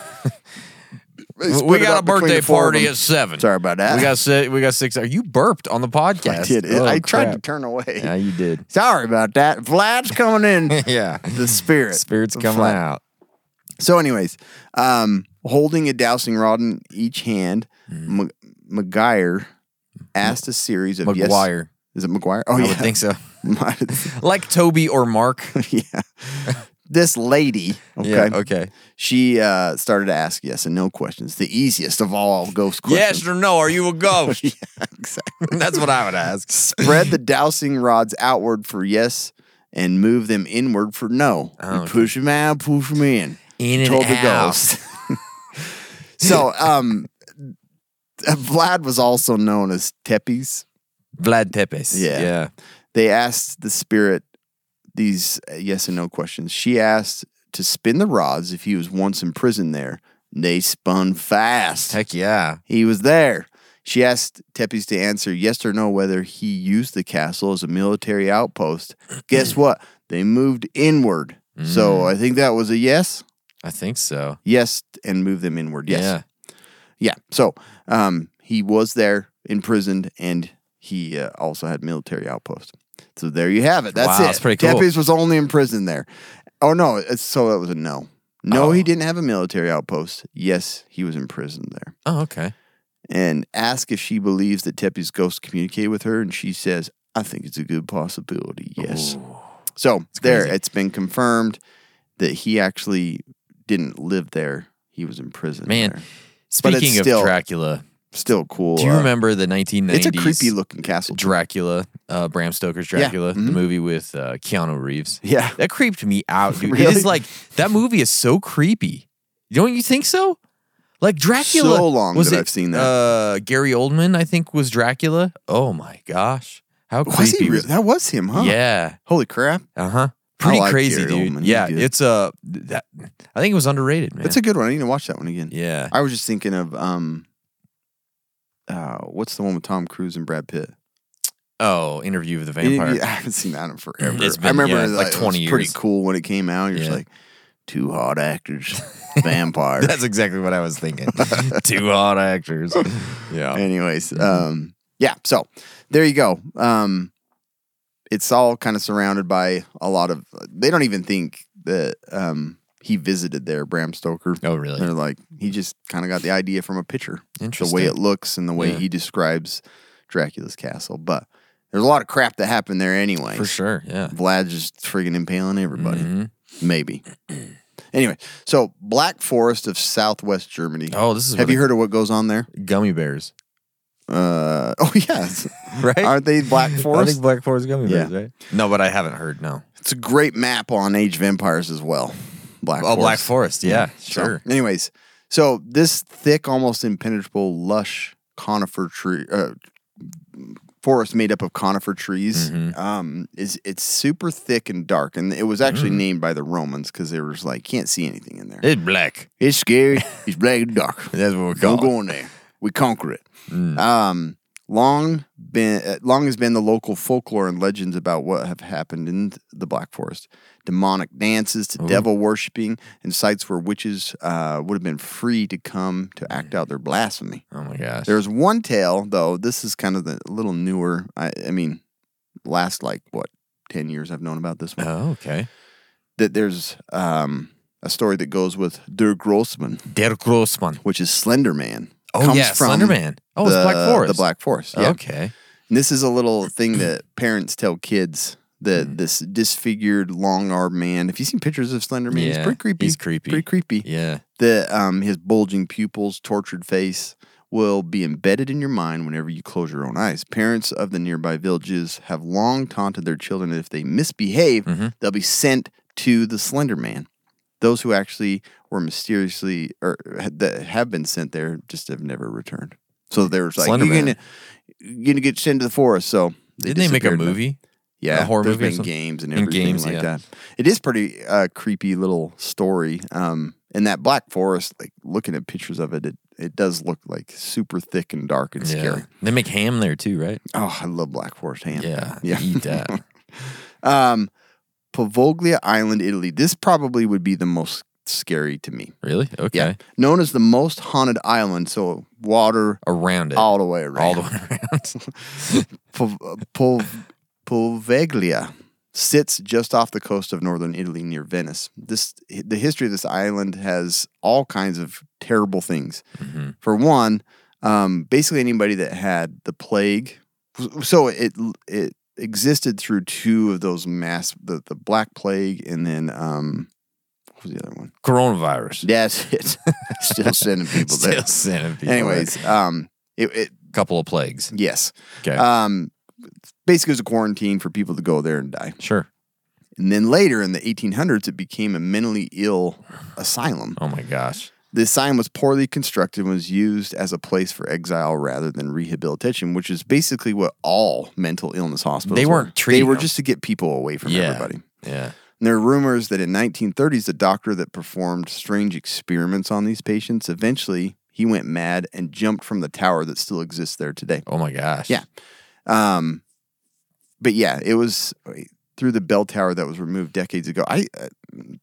E: They split
D: we
E: it
D: got a
E: up between
D: birthday
E: the four of
D: party
E: them.
D: at seven.
E: Sorry about that.
D: We got si- we got six hours. You burped on the podcast.
E: I did. it.
D: Oh,
E: I tried to
D: crap.
E: turn away.
D: Yeah, you did.
E: Sorry about that. Vlad's coming in.
D: yeah.
E: the spirit.
D: Spirits
E: of
D: coming
E: Vlad.
D: out.
E: So, anyways, um, holding a dowsing rod in each hand,
D: Mm.
E: M- McGuire asked a series of yes-
D: McGuire.
E: is it McGuire? Oh,
D: I
E: yeah.
D: would think so.
E: so.
D: Like Toby or Mark.
E: yeah. This lady, okay,
D: Yeah. Okay.
E: she uh, started to ask yes and no questions, the easiest of all ghost questions.
D: Yes or no? Are you a ghost?
E: exactly.
D: That's what I would ask.
E: Spread the dowsing rods outward for yes and move them inward for no. You
D: Oh,
E: push them out, push them in.
D: In and
E: told the
D: out.
E: ghost. so, um, Vlad was also known as Tepes.
D: Vlad Tepes.
E: Yeah.
D: Yeah.
E: They asked the spirit these uh, yes and no questions. She asked to spin the rods if he was once imprisoned there. They spun fast.
D: Heck yeah.
E: He was there. She asked Tepes to answer yes or no whether he used the castle as a military outpost. Guess what? They moved inward. So I think that was a yes.
D: I think so.
E: Yes, and move them inward. Yes.
D: Yeah.
E: Yeah. So um, he was there imprisoned and he uh, also had military outpost. So there you have it. That's
D: Wow,
E: it.
D: that's pretty cool.
E: Tepes was only imprisoned there. Oh, no. it's- So that was a no. No,
D: Oh.
E: he didn't have a military outpost. Yes, he was imprisoned there.
D: Oh, okay.
E: And ask if she believes that Tepe's ghost communicated with her. And she says, I think it's a good possibility. Yes. So there,
D: crazy.
E: it's been confirmed that he actually didn't live there. He was imprisoned.
D: Man,
E: there. But it's
D: Speaking
E: still-
D: of Dracula,
E: still cool.
D: do you
E: uh,
D: remember the 1990s?
E: It's a creepy looking castle.
D: Dracula, uh, Bram Stoker's Dracula, the
E: mhm.
D: movie with uh, Keanu Reeves.
E: Yeah.
D: That creeped me out, dude. It
E: Really?
D: is like that movie is so creepy. Don't you think so? Like Dracula.
E: So long
D: was
E: that
D: it,
E: I've seen that.
D: Uh, Gary Oldman, I think, was Dracula. Oh my gosh, how creepy!
E: Was he
D: was-
E: real? That was him, huh?
D: Yeah.
E: Holy crap.
D: Uh huh. Pretty
E: like
D: crazy,
E: Gary
D: dude.
E: Oldman. He's
D: Yeah,
E: good.
D: it's uh, that, I think it was underrated, man.
E: That's a good one. I need to watch that one again.
D: yeah.
E: I was just thinking of um uh what's the one with Tom Cruise and Brad Pitt?
D: Oh, interview with the vampire.
E: I haven't seen that in forever.
D: It's been,
E: I remember
D: yeah,
E: that
D: like
E: it was
D: 20
E: pretty
D: years.
E: cool when it came out. You're
D: Yeah.
E: just like two hot actors, vampire.
D: That's exactly what I was thinking. Two hot actors. Yeah.
E: Anyways,
D: Mm-hmm.
E: um, yeah. So there you go. Um, it's all kind of surrounded by a lot of. They don't even think that um, he visited there, Bram Stoker.
D: Oh, really?
E: They're like he just kind of got the idea from a picture. The
D: Interesting.
E: way it looks and the way
D: Yeah.
E: he describes Dracula's castle, but there's a lot of crap that happened there anyway.
D: For sure. Yeah.
E: Vlad's just friggin' impaling everybody.
D: Mhm.
E: Maybe. anyway, so Black Forest of Southwest Germany.
D: Oh, this is
E: Have
D: where
E: you heard of what goes on there?
D: the gummy bears,
E: Uh, oh yes,
D: right?
E: Aren't they Black
D: I
E: Forest?
D: think Black Forest gummy
E: Yeah.
D: bears, right? No, but I haven't heard. No.
E: it's a great map on Age of Empires as well. Black
D: oh,
E: Forest.
D: Black Forest. Yeah,
E: So,
D: sure.
E: anyways, so this thick, almost impenetrable, lush conifer tree, uh, forest made up of conifer trees.
D: Mm-hmm.
E: Um, is it's super thick and dark, and it was actually
D: Mm.
E: named by the Romans because they were just like can't see anything in there.
D: It's black.
E: It's scary. It's black and dark.
D: That's what we call
E: Don't
D: it. Mm.
E: go in there. We conquer it. Um, long been uh, long has been the local folklore and legends about what have happened in th- the Black Forest. Demonic dances
D: Oh.
E: to devil worshiping and sites where witches uh, would have been free to come to act out their blasphemy.
D: Oh my gosh.
E: There's one tale though. This is kind of the a little newer. I, I mean, last like what ten years I've known about this one.
D: oh, okay.
E: That there's um, a story that goes with Der Grossman
D: Der Grossmann.
E: which is Slender Man.
D: Oh, yeah, Slender Man. Oh, it's
E: the,
D: Black Forest.
E: The Black Forest. Yeah.
D: Okay.
E: And this is a little thing that parents tell kids that
D: Hmm.
E: this disfigured long armed man. If you seen pictures of Slender Man, he's
D: Yeah,
E: pretty creepy.
D: he's creepy.
E: Pretty creepy.
D: Yeah.
E: That um, his bulging pupils, tortured face will be embedded in your mind whenever you close your own eyes. Parents of the nearby villages have long taunted their children that if they misbehave,
D: Mm-hmm.
E: they'll be sent to the Slender Man. Those who actually were mysteriously or ha- that have been sent there just have never returned. So they were just like,
D: Slender
E: you're
D: Man.
E: gonna, you're gonna get sent to the forest. So
D: Didn't they make a
E: disappeared them.
D: movie?
E: Yeah,
D: a horror
E: there's
D: movie or
E: been
D: something?
E: games and
D: And
E: everything
D: games,
E: like
D: yeah.
E: that. It is pretty uh, creepy little story. Um, and that Black Forest, like looking at pictures of it, it, it does look like super thick and dark and
D: Yeah.
E: scary.
D: They make ham there too, right?
E: Oh, I love Black Forest ham.
D: Yeah.
E: yeah.
D: Eat that.
E: Um, Pavoglia Island, Italy. This probably would be the most scary to me.
D: really? Okay.
E: Yeah, known as the most haunted island. So water
D: Around it.
E: all the way around.
D: All the way around.
E: Pov- uh, Pov- Poveglia sits just off the coast of northern Italy near Venice. This the history of this island has all kinds of terrible things.
D: Mm-hmm.
E: For one, um, basically anybody that had the plague, so it it existed through two of those mass the, the black plague and then um, what was the other one?
D: Coronavirus.
E: That's it. Still sending people there.
D: Still sending people.
E: Anyways, um, it, it
D: couple of plagues. Uh,
E: yes,
D: Okay.
E: um, basically, it was a quarantine for people to go there and die.
D: sure.
E: And then later in the 1800s, it became a mentally ill asylum.
D: Oh my gosh.
E: The asylum was poorly constructed and was used as a place for exile rather than rehabilitation, which is basically what all mental illness hospitals
D: They weren't
E: were. They
D: treating
E: were
D: them.
E: just to get people away from
D: Yeah.
E: everybody.
D: Yeah.
E: And there are rumors that in 1930s, the doctor that performed strange experiments on these patients eventually he went mad and jumped from the tower that still exists there today.
D: Oh my gosh.
E: Yeah. Um, but yeah, it was uh, through the bell tower that was removed decades ago. I uh,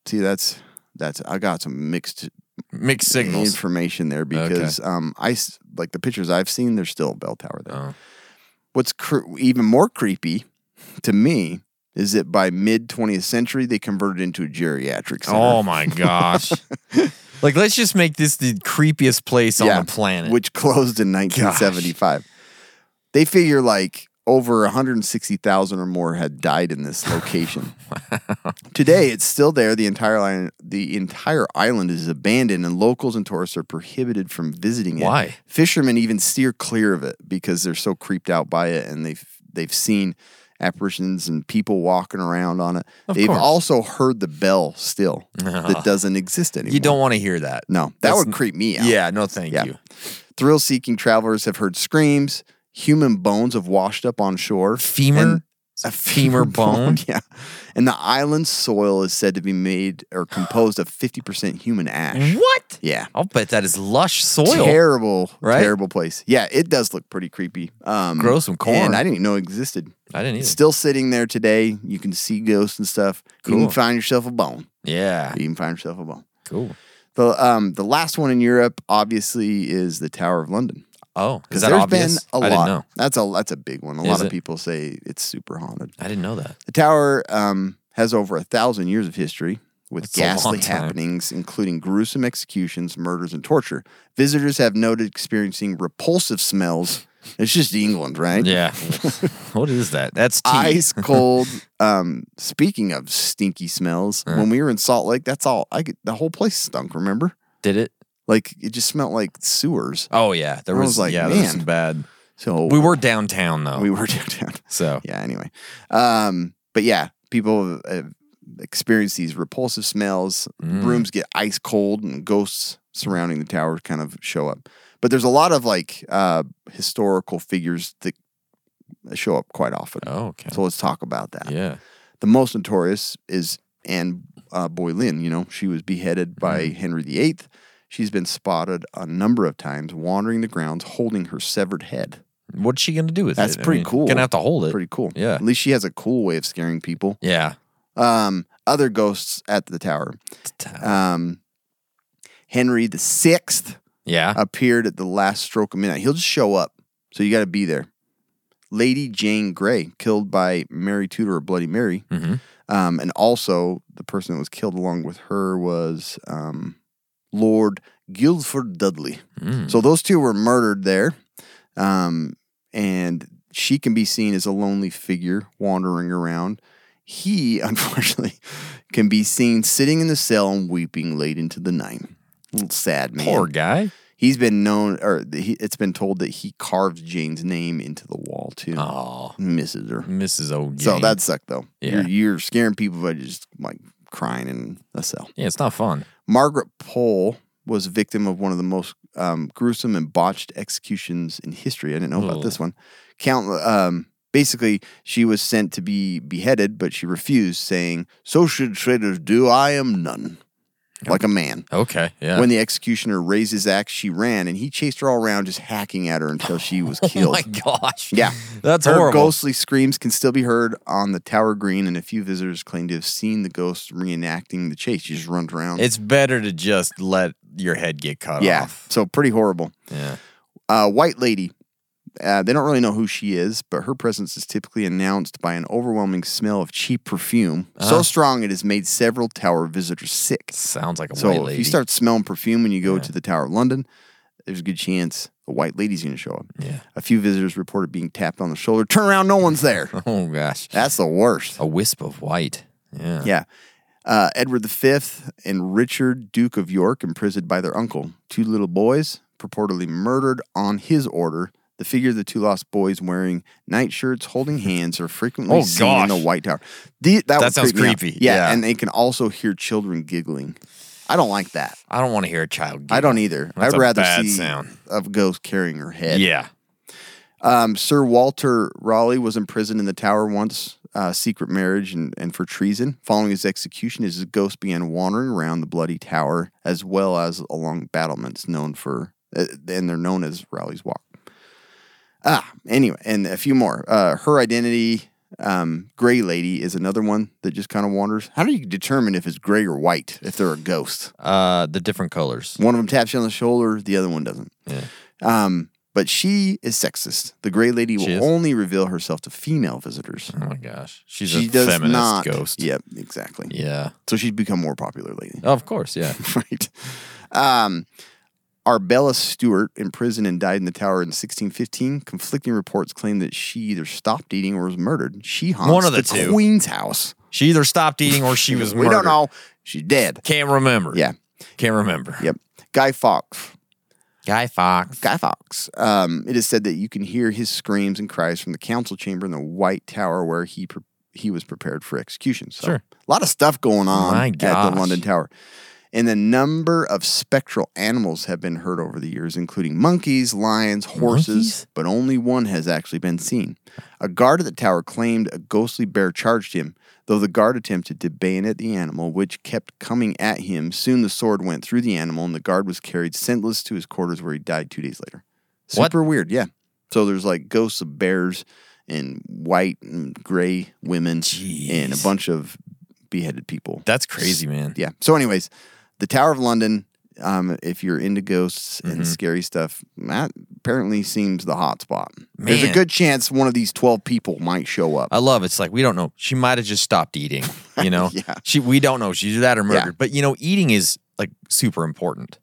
E: see that's that's I got some mixed
D: Mixed signals.
E: information there because um I s- like the pictures I've seen. There's still a bell tower there.
D: Oh.
E: What's cr- even more creepy to me is that by mid 20th century they converted into a geriatric center.
D: Oh my gosh. like let's just make this the creepiest place on the planet.
E: which closed in 1975. They figure like over 160,000 or more had died in this location. Today, it's still there. The entire island, the entire island is abandoned, and locals and tourists are prohibited from visiting it.
D: Why?
E: Fishermen even steer clear of it because they're so creeped out by it, and they've they've seen apparitions and people walking around on it.
D: Of
E: they've
D: course.
E: also heard the bell still that doesn't exist anymore.
D: you don't want to hear that.
E: No, that
D: That's-
E: would creep me out.
D: Yeah, no thank
E: Yeah.
D: you.
E: Thrill seeking travelers have heard screams. Human bones have washed up on shore.
D: Femur?
E: And- Oh
D: A femur bone?
E: Yeah. And the island's soil is said to be made or composed of 50% human ash.
D: What?
E: Yeah.
D: I'll bet that is lush soil.
E: Terrible,
D: Right?
E: terrible place. Yeah, it does look pretty creepy. Um,
D: Grow some corn.
E: And I didn't even know it existed.
D: I didn't
E: It's
D: either.
E: still sitting there today. You can see ghosts and stuff. You
D: Cool. Ah.
E: can find yourself a bone.
D: Yeah.
E: You can find yourself a bone.
D: Cool.
E: The um, the last one in Europe, obviously, is the Tower of London.
D: Oh, is
E: Because
D: that
E: there's
D: obvious?
E: been a
D: I
E: lot.
D: didn't know.
E: That's a that's a big one. A
D: Is
E: lot of
D: it?
E: people say it's super haunted.
D: I didn't know that.
E: The tower um, has over a thousand years of history with
D: That's a
E: ghastly
D: long time.
E: happenings, including gruesome executions, murders, and torture. Visitors have noted experiencing repulsive smells. It's just England, right?
D: Yeah. what is that? That's tea.
E: Ice cold. Um, speaking of stinky smells, when we were in Salt Lake, that's all I could. The whole place stunk. Remember,
D: Did it?
E: like it just smelled like sewers.
D: Oh yeah. There
E: I
D: was,
E: was like,
D: yeah, there was
E: man.
D: some bad.
E: So
D: We were downtown though.
E: we were downtown.
D: so
E: yeah anyway um but yeah people uh, experience these repulsive smells
D: Mm.
E: rooms get ice cold and ghosts surrounding the tower kind of show up but there's a lot of like uh historical figures that show up quite often.
D: Oh, okay.
E: So let's talk about that.
D: Yeah.
E: The most notorious is Anne uh, Boleyn. You know, she was beheaded by
D: Mm.
E: Henry VIII. She's been spotted a number of times wandering the grounds holding her severed head.
D: What's she gonna do with
E: That's
D: it?
E: pretty cool.
D: Gonna have to hold it.
E: Pretty cool.
D: Yeah.
E: At least she has a cool way of scaring people.
D: Yeah.
E: Um, other ghosts at the tower.
D: Oh.
E: Um, Henry the Sixth oh,
D: Yeah.
E: appeared at the last stroke of midnight. He'll just show up. So you got to be there. Lady Jane Grey, killed by Mary Tudor or Bloody Mary.
D: Mhm.
E: Um, and also, the person that was killed along with her was um, Lord Guildford Dudley.
D: Mm.
E: So those two were murdered there. Um, and she can be seen as a lonely figure wandering around. He, unfortunately, can be seen sitting in the cell and weeping late into the night. Little sad man.
D: Poor guy.
E: He's been known, or th- he, it's been told that he carved Jane's name into the wall too.
D: Oh.
E: Misses her.
D: Mrs. O'Jane.
E: So that sucked though. You're,
D: Yeah.
E: you're scaring people by just like crying in a cell.
D: Yeah, it's not fun.
E: Margaret Pole was a victim of one of the most um, gruesome and botched executions in history. I didn't know about
D: Ooh.
E: this one. Count. Um, basically, she was sent to be beheaded, but she refused, saying, "So should traitors do. I am none." Like a man.
D: Okay. Yeah.
E: When the executioner raised his axe, she ran, and he chased her all around, just hacking at her until she was
D: oh
E: killed.
D: my gosh.
E: Yeah.
D: That's
E: her
D: horrible.
E: ghostly screams can still be heard on the tower green, and a few visitors claim to have seen the ghost reenacting the chase. She just runs around.
D: It's better to just let your head get cut
E: yeah,
D: off.
E: so pretty horrible.
D: Yeah.
E: Uh, White lady. Uh, they don't really know who she is, but her presence is typically announced by an overwhelming smell of cheap perfume,
D: Uh-huh.
E: so strong it has made several tower visitors sick.
D: Sounds like a
E: So
D: white
E: if
D: lady.
E: you start smelling perfume when you go to the Tower of London, there's a good chance a white lady's going to show up.
D: Yeah.
E: A few visitors reported being tapped on the shoulder. Turn around, no one's there.
D: Oh gosh.
E: That's the worst.
D: A wisp of white. Yeah.
E: Yeah. Uh, Edward V and Richard, Duke of York, imprisoned by their uncle. Two little boys purportedly murdered on his order. The figure of the two lost boys wearing nightshirts, holding hands, are frequently
D: Oh,
E: seen in the
D: gosh.
E: White Tower. The- that would
D: sounds
E: creep me out.
D: creepy.
E: Yeah,
D: Yeah.
E: and they can also hear children giggling. I don't like that.
D: I don't want to hear a child.
E: I
D: giggle.
E: don't either.
D: That's
E: I'd
D: a
E: rather
D: bad
E: see
D: sound.
E: a ghost carrying her head.
D: Yeah.
E: Um, Sir Walter Raleigh was imprisoned in the tower once, uh, secret marriage and, and for treason. Following his execution, his ghost began wandering around the bloody tower as well as along battlements known for, uh, and they're known as Raleigh's Walk. Ah, anyway, and a few more. Uh, her identity, um, Gray Lady, is another one that just kind of wanders. How do you determine if it's gray or white, if they're a ghost?
D: Uh, the different colors.
E: One of them taps you on the shoulder, the other one doesn't.
D: Yeah.
E: Um, but she is sexist. The gray lady will
D: She is?
E: only reveal herself to female visitors.
D: Oh my gosh. She's
E: she
D: a
E: does
D: feminist
E: not.
D: ghost.
E: Yep, exactly.
D: Yeah. Oh,
E: So she's become more popular lately.
D: Of course. Yeah.
E: right. Um, Arbella Stewart, imprisoned and died in the tower in 1615. Conflicting reports claim that she either stopped eating or was murdered. She haunts
D: One of the two.
E: queen's house.
D: She either stopped eating or she was
E: we
D: murdered.
E: don't know. She's dead.
D: Can't remember.
E: Yeah.
D: Can't remember.
E: Yep. Guy Fawkes,
D: Guy Fox.
E: Guy Fawkes. Um, it is said that you can hear his screams and cries from the council chamber in the White Tower where he pre- he was prepared for execution. So,
D: Sure.
E: a lot of stuff going on
D: My
E: at the
D: gosh.
E: London Tower. And the number of spectral animals have been heard over the years, including monkeys, lions, horses,
D: Monkeys?
E: but only one has actually been seen. A guard at the tower claimed a ghostly bear charged him, though the guard attempted to bayonet the animal, which kept coming at him. Soon the sword went through the animal, and the guard was carried senseless to his quarters where he died two days later.
D: What?
E: Super weird, yeah. So there's like ghosts of bears and white and gray women and a
D: Jeez.
E: bunch of beheaded people.
D: That's crazy, man.
E: Yeah. So, anyways, the Tower of London. Um, if you're into ghosts
D: Mm-hmm.
E: and scary stuff, that apparently seems the hot spot. There's a
D: Man. Uh,
E: good chance one of these twelve people might show up.
D: I love it. it's like we don't know. She might have just stopped eating. You know,
E: Yeah.
D: she we don't know. She's that or
E: Yeah.
D: murdered. But you know, eating is like super important,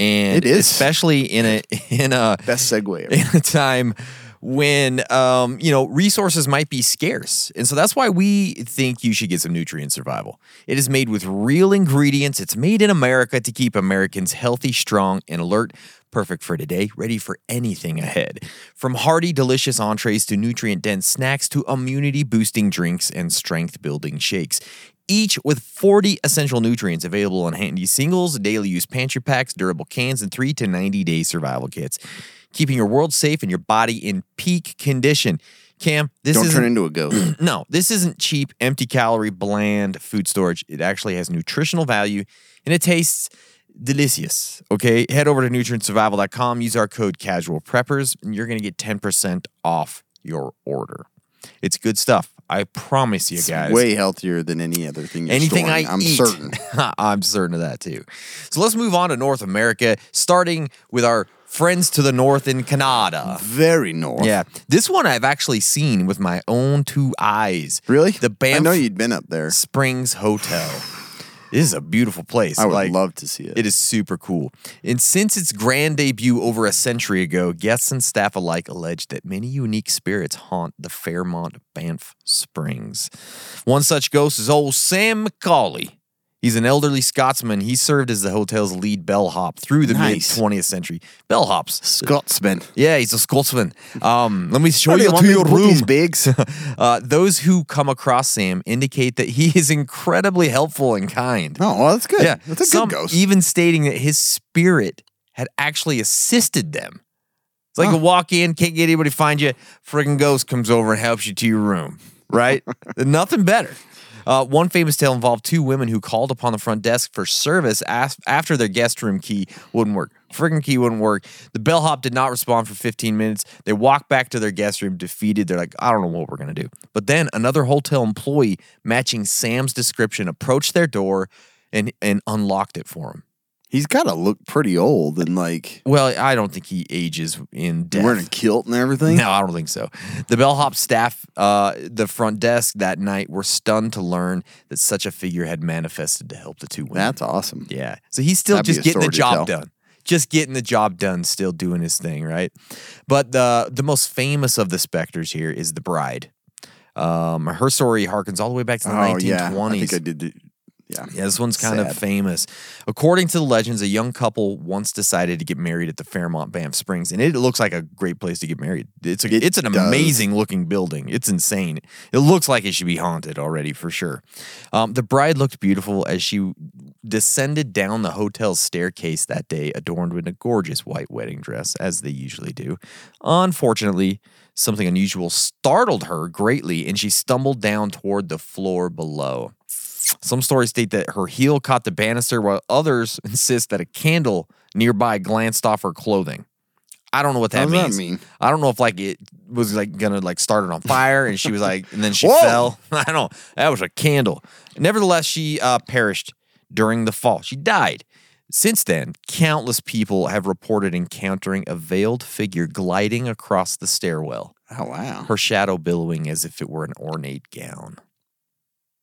D: and
E: It is.
D: especially in a in a
E: Best segue. Ever.
D: in a time when um, you know resources might be scarce and so that's why we think you should get some nutrient survival it is made with real ingredients it's made in america to keep americans healthy strong and alert perfect for today ready for anything ahead from hearty delicious entrees to nutrient dense snacks to immunity boosting drinks and strength building shakes each with 40 essential nutrients available in handy singles, daily use pantry packs, durable cans, and 3 to 90 day survival kits, keeping your world safe and your body in peak condition. Cam, this
E: Don't
D: isn't
E: turn into a ghost.
D: no, this isn't cheap, empty calorie, bland food storage. It actually has nutritional value and it tastes delicious. Okay. Head over to nutrientsurvival.com, use our code casual preppers, and you're going to get 10% off your order. It's good stuff. I promise you
E: It's
D: guys.
E: way healthier than any other thing. You're
D: Anything
E: storing,
D: I
E: I'm
D: eat.
E: certain.
D: I'm certain of that too. So let's move on to North America, starting with our friends to the north in Canada.
E: Very north.
D: Uh, Yeah, this one I've actually seen with my own two eyes.
E: Really?
D: The
E: I
D: Banff
E: know you'd been up there.
D: Springs Hotel. This is a beautiful place.
E: I would
D: Like,
E: love to see it.
D: It is super cool. And since its grand debut over a century ago, guests and staff alike alleged that many unique spirits haunt the Fairmont Banff Springs. One such ghost is old Sam McCauley. He's an elderly Scotsman. He served as the hotel's lead bellhop through the
E: Nice.
D: mid 20th century. Bellhops.
E: Scotsman.
D: Yeah, he's a Scotsman. Um, let me show
E: What do
D: you
E: you want
D: to
E: me
D: your
E: to put
D: room.
E: these bigs?
D: uh, those who come across Sam indicate that he is incredibly helpful and kind.
E: Oh, well, that's good.
D: Yeah,
E: that's a
D: Some e
E: good ghost.
D: Even stating that his spirit had actually assisted them. It's like
E: Huh.
D: a walk in, can't get anybody to find you. Friggin' ghost comes over and helps you to your room, right? Nothing better. Uh, one famous tale involved two women who called upon the front desk for service af- after their guest room key wouldn't work. Friggin' key wouldn't work. The bellhop did not respond for 15 minutes. They walked back to their guest room defeated. They're like, I don't know what we're going to do. But then another hotel employee matching Sam's description approached their door and, and unlocked it for him.
E: He's got to look pretty old and like
D: Well, I don't think he ages in death.
E: wearing a kilt and everything.
D: No, I don't think so. The bellhop staff, uh, the front desk that night, were stunned to learn that such a figure had manifested to help the two women.
E: That's awesome.
D: yeah. So he's still
E: That'd be
D: just
E: a
D: getting the
E: story
D: job
E: to tell.
D: done. Just getting the job done, still doing his thing, right? But the the most famous of the specters here is the bride. Um, her story harkens all the way back to the
E: Oh,
D: 1920s.
E: yeah. I think I did. do- Yeah.
D: Yeah, this one's kind of
E: Sad.
D: famous. According to the legends, a young couple once decided to get married at the Fairmont Banff Springs, and it looks like a great place to get married. It's a,
E: It
D: it's an
E: does.
D: amazing looking building. It's insane. It looks like it should be haunted already for sure. Um, the bride looked beautiful as she descended down the hotel's staircase that day, adorned with a gorgeous white wedding dress, as they usually do. Unfortunately, something unusual startled her greatly, and she stumbled down toward the floor below. Some stories state that her heel caught the banister, while others insist that a candle nearby glanced off her clothing. I don't know what that
E: How does that
D: means.
E: mean?
D: I don't know if like it was like gonna like start it on fire, and she was like, and then she
E: Whoa.
D: fell. I don't. know. That was a candle. Nevertheless, she uh, perished during the fall. She died. Since then, countless people have reported encountering a veiled figure gliding across the stairwell,
E: Oh wow,
D: her shadow billowing as if it were an ornate gown.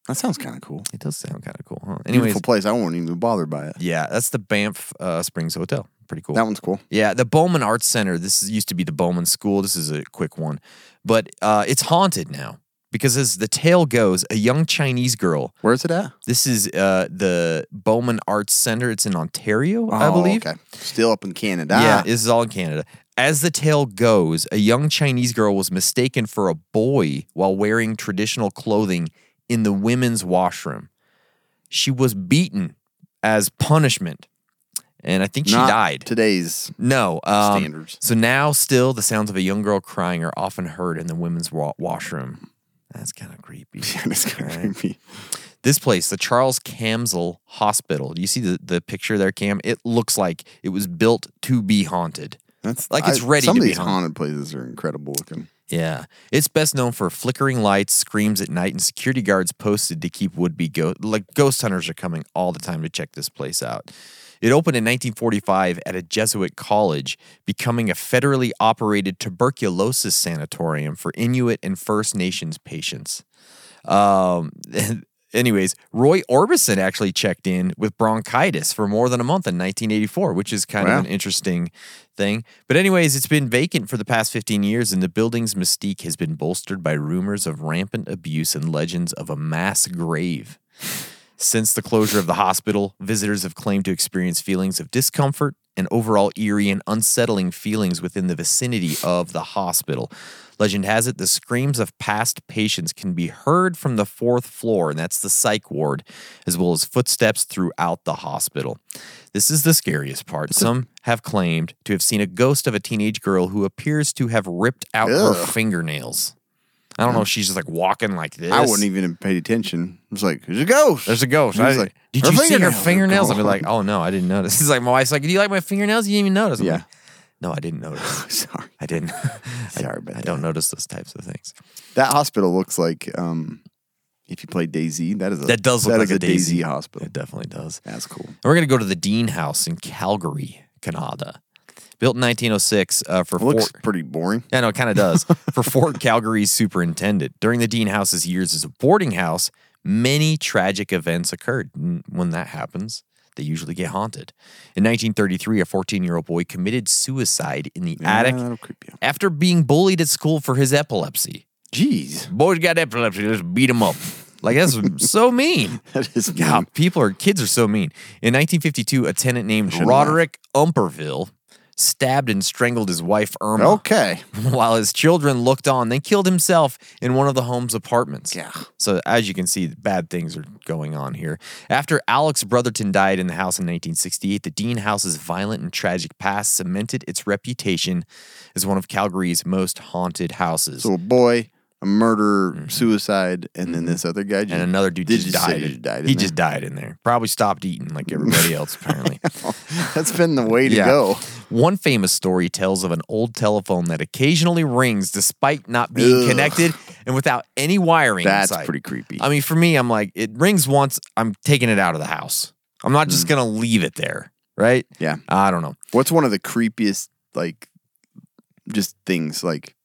E: that sounds kind of cool.
D: It does sound kind of cool, huh? Anyways,
E: Beautiful place. I won't even bother by it.
D: yeah, that's the Banff uh, Springs Hotel. Pretty cool.
E: That one's cool.
D: Yeah, the Bowman Arts Center. This is, used to be the Bowman School. This is a quick one, but uh, it's haunted now because, as the tale goes, a young Chinese girl.
E: Where's it at?
D: This is uh, the Bowman Arts Center. It's in Ontario, I
E: Oh,
D: believe.
E: Okay. Still up in Canada.
D: Yeah,
E: Yeah.
D: this is all in Canada. As the tale goes, a young Chinese girl was mistaken for a boy while wearing traditional clothing in the women's washroom. She was beaten as punishment, and I think she
E: Not
D: died.
E: Today's
D: No um,
E: Standards.
D: So now, still, the sounds of a young girl crying are often heard in the women's wa- washroom. That's kind of creepy.
E: it's gonna
D: Right?
E: creepy.
D: This place, the Charles Camsel Hospital. Do you see the, the picture there, Cam? It looks like it was built to be haunted.
E: That's
D: Like it's ready
E: Some
D: to
E: of
D: be
E: these
D: haunted.
E: haunted places are incredible looking.
D: Yeah. It's best known for flickering lights, screams at night, and security guards posted to keep would be ghost like ghost hunters are coming all the time to check this place out. It opened in 1945 at a Jesuit college, becoming a federally operated tuberculosis sanatorium for Inuit and First Nations patients. Um, anyways, Roy Orbison actually checked in with bronchitis for more than a month in 1984, which is kind
E: Wow.
D: of an interesting thing. But anyways, it's been vacant for the past 15 years, and the building's mystique has been bolstered by rumors of rampant abuse and legends of a mass grave. Since the closure of the hospital, visitors have claimed to experience feelings of discomfort and overall eerie and unsettling feelings within the vicinity of the hospital. Legend has it the screams of past patients can be heard from the fourth floor, and that's the psych ward, as well as footsteps throughout the hospital. This is the scariest part. Some have claimed to have seen a ghost of a teenage girl who appears to have ripped out her
E: Ugh.
D: fingernails. I don't know if she's just like walking like this.
E: I wouldn't even have paid attention. I was like, there's a ghost.
D: There's a ghost.
E: And
D: I,
E: he's like,
D: did
E: "Her
D: you see her
E: fingernails are
D: fingernails? I'd be
E: gone."
D: like, oh no, I didn't notice. It's like my wife's like, do you like my fingernails? You didn't even notice. I'm
E: Yeah.
D: like, no, I didn't notice.
E: Sorry.
D: I didn't.
E: Sorry
D: I,
E: about
D: I don't notice those types of things.
E: That hospital looks like um, if you play Daisy, that is a,
D: That does look
E: that
D: like
E: is
D: a
E: a Daisy
D: Daisy.
E: hospital.
D: It definitely does.
E: That's cool.
D: And we're gonna go to the Dean House in Calgary, Canada, built in 1906 uh, for
E: It looks
D: four.
E: pretty boring.
D: Yeah, no, it kind of does. For Fort Calgary's superintendent, during the Dean House's years as a boarding house, many tragic events occurred. And When that happens, they usually get haunted. In 1933, a 14 year old boy committed suicide in the
E: Yeah,
D: attic
E: that'll creep you out.
D: after being bullied at school for his epilepsy.
E: Jeez,
D: Boy's got epilepsy, let's beat him up. Like, that's so mean.
E: that is
D: God,
E: mean.
D: people are kids are so mean. In 1952, a tenant named
E: shouldn't
D: Roderick Umperville stabbed and strangled his wife Irma
E: Okay.
D: while his children looked on. Then killed himself in one of the home's apartments.
E: Yeah.
D: So as you can see, bad things are going on here. After Alex Brotherton died in the house in 1968, the Dean House's violent and tragic past cemented its reputation as one of Calgary's most haunted houses.
E: So a boy, a murderer, suicide, and then this other guy. Just,
D: Mm-hmm. and another dude
E: they
D: just,
E: say
D: died.
E: he just died.
D: he
E: in
D: just
E: there.
D: died in there. Probably stopped eating like everybody else, apparently.
E: That's been the way to
D: Yeah.
E: go.
D: One famous story tells of an old telephone that occasionally rings despite not being
E: Ugh.
D: connected and without any wiring.
E: That's
D: inside.
E: pretty creepy.
D: I mean, for me, I'm like, it rings once, I'm taking it out of the house. I'm not just gonna leave it there, right?
E: Mm. Yeah.
D: I don't know.
E: What's one of the creepiest like just things like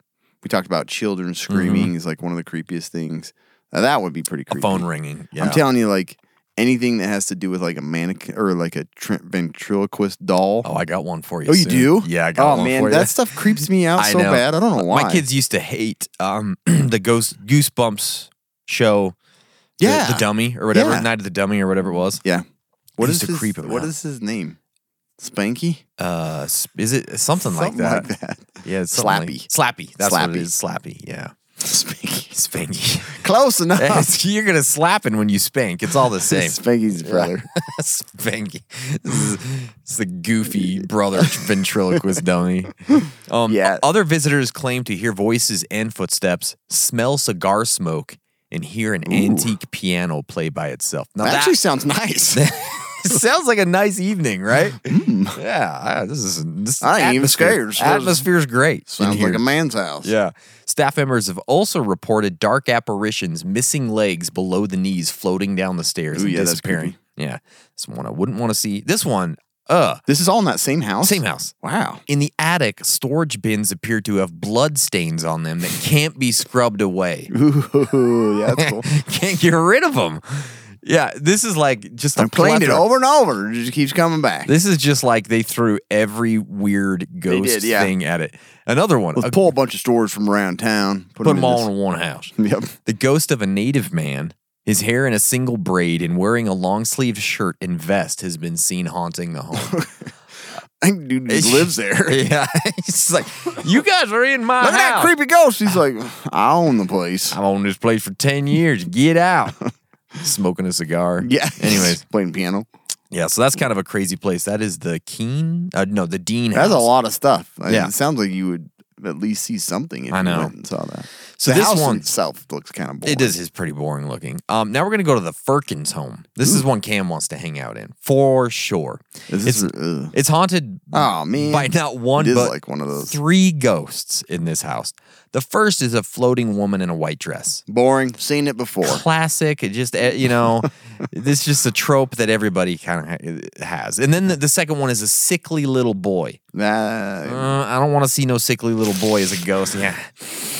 E: we talked about children screaming is like one of the creepiest things. Now, that would be pretty creepy.
D: Mm-hmm. A phone ringing. Yeah.
E: I'm telling you, like anything that has to do with like a mannequin or like a tr- ventriloquist doll.
D: oh, I got one for you.
E: Oh, you
D: soon.
E: do?
D: Yeah, I got
E: Oh
D: one
E: man,
D: for you.
E: that stuff creeps me out
D: I
E: so
D: know.
E: bad. I don't know why.
D: My kids used to hate um, the Ghost Goosebumps show. the-
E: Yeah.
D: The, dummy or whatever,
E: Yeah.
D: Night of the Dummy or whatever it was.
E: Yeah. What
D: It
E: is
D: used to
E: his,
D: creep 'em
E: What
D: out.
E: is his name? Spanky?
D: Uh, s- is it something, like
E: Something
D: that?
E: like that.
D: Yeah, it's something like-
E: Slappy.
D: slappy. That's what it
E: Slappy.
D: is. Slappy. Yeah.
E: Spanky.
D: Spanky.
E: Close enough.
D: It's- You're gonna slap him when you spank. It's all the same.
E: Spanky's brother.
D: Spanky. This is- It's the goofy brother ventriloquist dummy. Um,
E: Yeah.
D: Other visitors claim to hear voices and footsteps, smell cigar smoke, and hear an antique piano play by itself. Now
E: that
D: that,
E: actually sounds nice.
D: sounds like a nice evening, right? Yeah. I- this is this
E: Hmm. I ain't even scared. Sounds-
D: Atmosphere's great. in
E: sounds like
D: here.
E: a man's house.
D: Yeah. Staff members have also reported dark apparitions, missing legs below the knees, floating down the stairs
E: Ooh,
D: and
E: yeah, that's
D: disappearing.
E: creepy.
D: Yeah. This one I wouldn't want to see. This one, uh,
E: This is all in that same house.
D: same house.
E: Wow.
D: In the attic, storage bins appear to have blood stains on them that can't be scrubbed away.
E: Ooh, yeah, that's cool.
D: can't get rid of them. Yeah, this is like just a
E: I've cleaned it
D: plethora.
E: over and over. It just keeps coming back.
D: This is just like they threw every weird ghost
E: did, yeah.
D: thing at it. Another one.
E: Let's
D: a-
E: pull a bunch of stores from around town.
D: put them all
E: in
D: in one house.
E: this- Yep.
D: the ghost of a native man, his hair in a single braid and wearing a long sleeved shirt and vest has been seen haunting the home.
E: I think dude just lives there.
D: yeah. He's like, you guys are in my
E: Look at that
D: house.
E: creepy ghost. He's like, I own the place.
D: I've owned this place for 10 years. Get out. Smoking a cigar.
E: Yeah.
D: Anyways,
E: playing piano.
D: yeah, so that's kind of a crazy place. That is the Keen, uh, no, the Dean
E: That's a
D: house.
E: lot of stuff. I mean,
D: Yeah.
E: It sounds like you would at least see something if
D: I know.
E: you went and saw that.
D: So
E: the
D: this
E: house
D: one-
E: itself looks kind of boring.
D: It is is pretty boring looking. Um, now we're gonna go to the Firkins home. This is one Cam wants to hang out in for sure.
E: Is this Oh,
D: it's,
E: a- ugh.
D: it's haunted.
E: Aw, man.
D: by not one,
E: It is
D: but
E: like one of those.
D: three ghosts in this house. The first is a floating woman in a white dress.
E: Boring. Seen it before.
D: Classic. It just eh, you know, this is just a trope that everybody kind of has. And then the, the second one is a sickly little boy. Uh,
E: Nah,
D: I don't want to see no sickly little boy as a ghost. Yeah,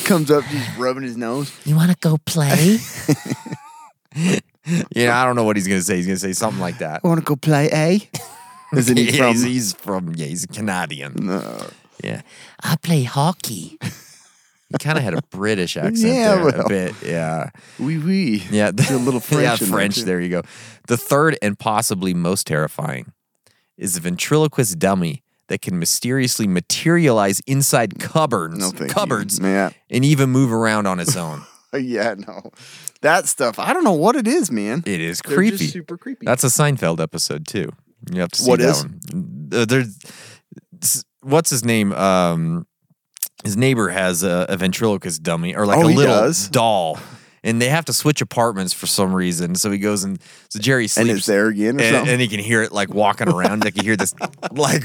E: comes up, just rubbing his nose.
D: you want to go play? yeah, I don't know what he's gonna say. He's gonna say something like that.
E: Want to go play, eh? Isn't he
D: Yeah,
E: from?
D: he's, he's from yeah, he's Canadian.
E: No.
D: Yeah. I play hockey. he kind of had a British accent
E: Yeah,
D: there
E: well.
D: a bit. Yeah.
E: Wee wee.
D: Yeah.
E: There's a little French.
D: yeah,
E: in there,
D: French.
E: too.
D: There, you go. The third and possibly most terrifying is a ventriloquist dummy that can mysteriously materialize inside cupboards,
E: No, thank you.
D: cupboards,
E: Yeah.
D: and even move around on its own.
E: Yeah, no. That stuff. I don't know what it is, man.
D: It is
E: They're just
D: creepy.
E: super creepy.
D: That's a Seinfeld episode too. You have to see
E: What
D: that
E: is?
D: one. Uh, there's s- what's his name? Um, his neighbor has a, a ventriloquist dummy or like
E: Oh,
D: a
E: he
D: little
E: does?
D: doll. And they have to switch apartments for some reason. So he goes and so Jerry sleeps
E: And it's there again or
D: and,
E: something?
D: and he can hear it like walking around. like you hear this like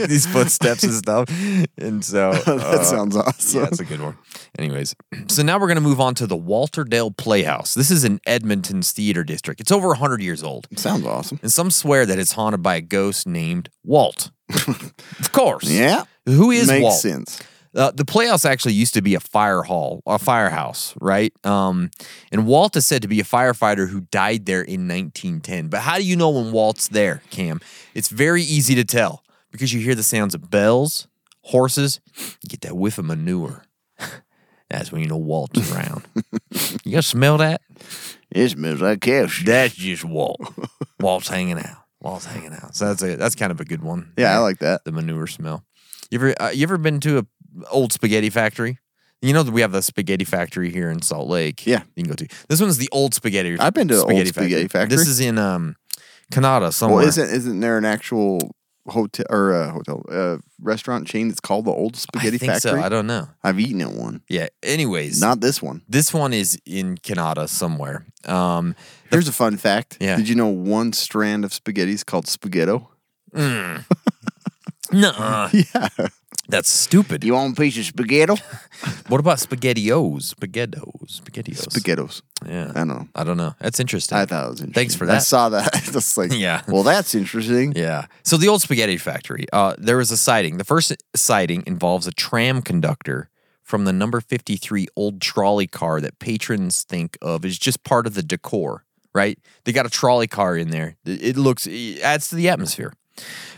D: these footsteps and stuff. And so
E: that
D: uh,
E: sounds awesome.
D: yeah, that's a good one. Anyways, so now we're going to move on to the Walter Dale Playhouse. This is in Edmonton's theater district. It's over 100 years old.
E: sounds awesome.
D: And some swear that it's haunted by a ghost named Walt. of course.
E: Yeah.
D: Who is
E: Makes
D: Walt?
E: sense.
D: Uh, the playhouse actually used to be a fire hall, a firehouse, right? Um, and Walt is said to be a firefighter who died there in 1910. But how do you know when Walt's there, Cam? It's very easy to tell because you hear the sounds of bells, horses, you get that whiff of manure. That's when you know Walt's around. you gonna smell that?
E: It smells like cow shit.
D: That's just Walt. Walt's hanging out. Walt's hanging out. So that's a that's kind of a good one.
E: Yeah, I like that.
D: the manure smell. You ever uh, you ever been to a old spaghetti factory? You know that we have the spaghetti factory here in Salt Lake.
E: Yeah.
D: you can go to. This one's the old spaghetti.
E: I've been to the old spaghetti factory.
D: This is in um, Canada somewhere.
E: Well, isn't isn't there an actual hotel or a hotel uh, restaurant chain that's called the Old Spaghetti
D: I think
E: Factory?
D: so. I don't know.
E: I've eaten at one.
D: Yeah. Anyways,
E: Not this one.
D: this one is in Canada somewhere. Um,
E: Here's a fun fact.
D: Yeah.
E: Did you know one strand of spaghetti is called spaghetto?
D: nuh
E: Yeah.
D: that's stupid.
E: You want a piece of spaghetto?
D: What about spaghettios? Spaghettios. Spaghettios.
E: Spaghettos.
D: Yeah.
E: I don't know.
D: I don't know. That's interesting.
E: I thought it was interesting.
D: Thanks for
E: I
D: that.
E: saw that. It's like,
D: Yeah.
E: Well, that's interesting.
D: Yeah. So the old spaghetti factory. Uh, there was a sighting. The first sighting involves a tram conductor from the number fifty-three old trolley car that patrons think of as just part of the decor. Right? They got a trolley car in there. It it looks it adds to the atmosphere.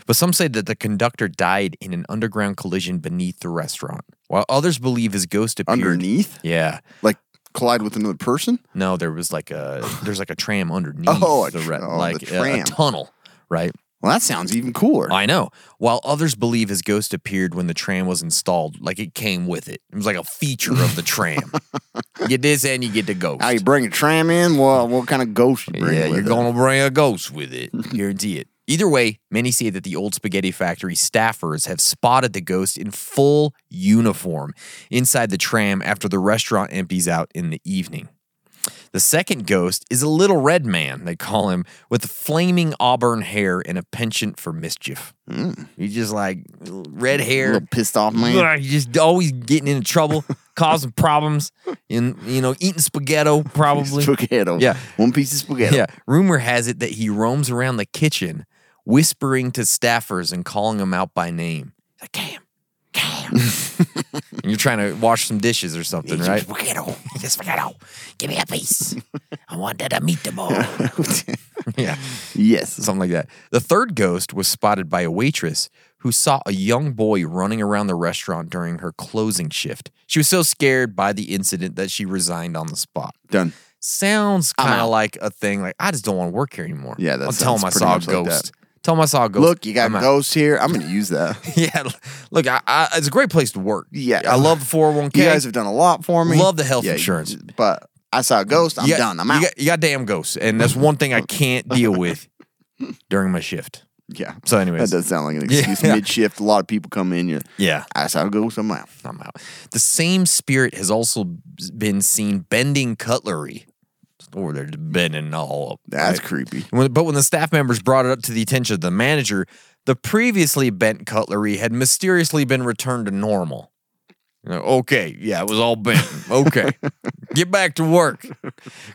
D: But some say that the conductor died in an underground collision beneath the restaurant, while others believe his ghost appeared.
E: Underneath,
D: Yeah.
E: like collide with another person.
D: No, there was like a there's like a tram underneath
E: Oh, a
D: the
E: tr-
D: re-
E: oh, the
D: like a- a
E: tram.
D: tunnel, right?
E: Well, that sounds even cooler.
D: I know. While others believe his ghost appeared when the tram was installed, like it came with it. It was like a feature of the tram. you get this and you get the ghost.
E: How you bring a tram in? Well, what kind of ghost you bring?
D: yeah,
E: with
D: you're
E: it?
D: gonna bring a ghost with it. Guarantee it. Either way, many say that the old spaghetti factory staffers have spotted the ghost in full uniform inside the tram after the restaurant empties out in the evening. The second ghost is a little red man, they call him, with flaming auburn hair and a penchant for mischief. He's just like red hair,
E: little pissed off man.
D: Ugh, He's just always getting into trouble, causing problems, and you know, eating spaghetti probably.
E: Spaghetto.
D: Yeah.
E: One piece of spaghetto.
D: Yeah. Rumor has it that he roams around the kitchen, whispering to staffers and calling them out by name. Like, Cam, Cam. and you're trying to wash some dishes or something, right? Spaghetti. spaghetti. Give me a piece. I wanted a meatball. yeah
E: Yes.
D: something like that. The third ghost was spotted by a waitress who saw a young boy running around the restaurant during her closing shift. She was so scared by the incident that she resigned on the spot.
E: Done.
D: Sounds
E: I'm
D: kind of
E: out.
D: like a thing. Like I just don't want to work here anymore.
E: Yeah, that
D: I'll tell
E: sounds
D: him I
E: pretty
D: saw a
E: much like
D: ghost. tell him I saw a ghost.
E: Look, you got
D: I'm out.
E: ghosts here. I'm going to use that.
D: Yeah, look, I, I, it's a great place to work.
E: Yeah.
D: I love the four hundred one
E: You
D: k.
E: guys have done a lot for me.
D: Love the health insurance.
E: But I saw a ghost. I'm
D: You got-
E: done. I'm
D: You
E: out.
D: got, you got damn ghosts, and that's one thing I can't deal with during my shift.
E: yeah.
D: So anyways.
E: that does sound like an
D: Yeah.
E: excuse. Mid shift, a lot of people come in. You're,
D: Yeah.
E: I saw a ghost. I'm out.
D: I'm out. The same spirit has also been seen bending cutlery. Or they're just bending all up.
E: That's
D: right?
E: creepy.
D: When- but when the staff members brought it up to the attention of the manager, the previously bent cutlery had mysteriously been returned to normal. You know, okay, yeah, it was all bent. Okay, get back to work.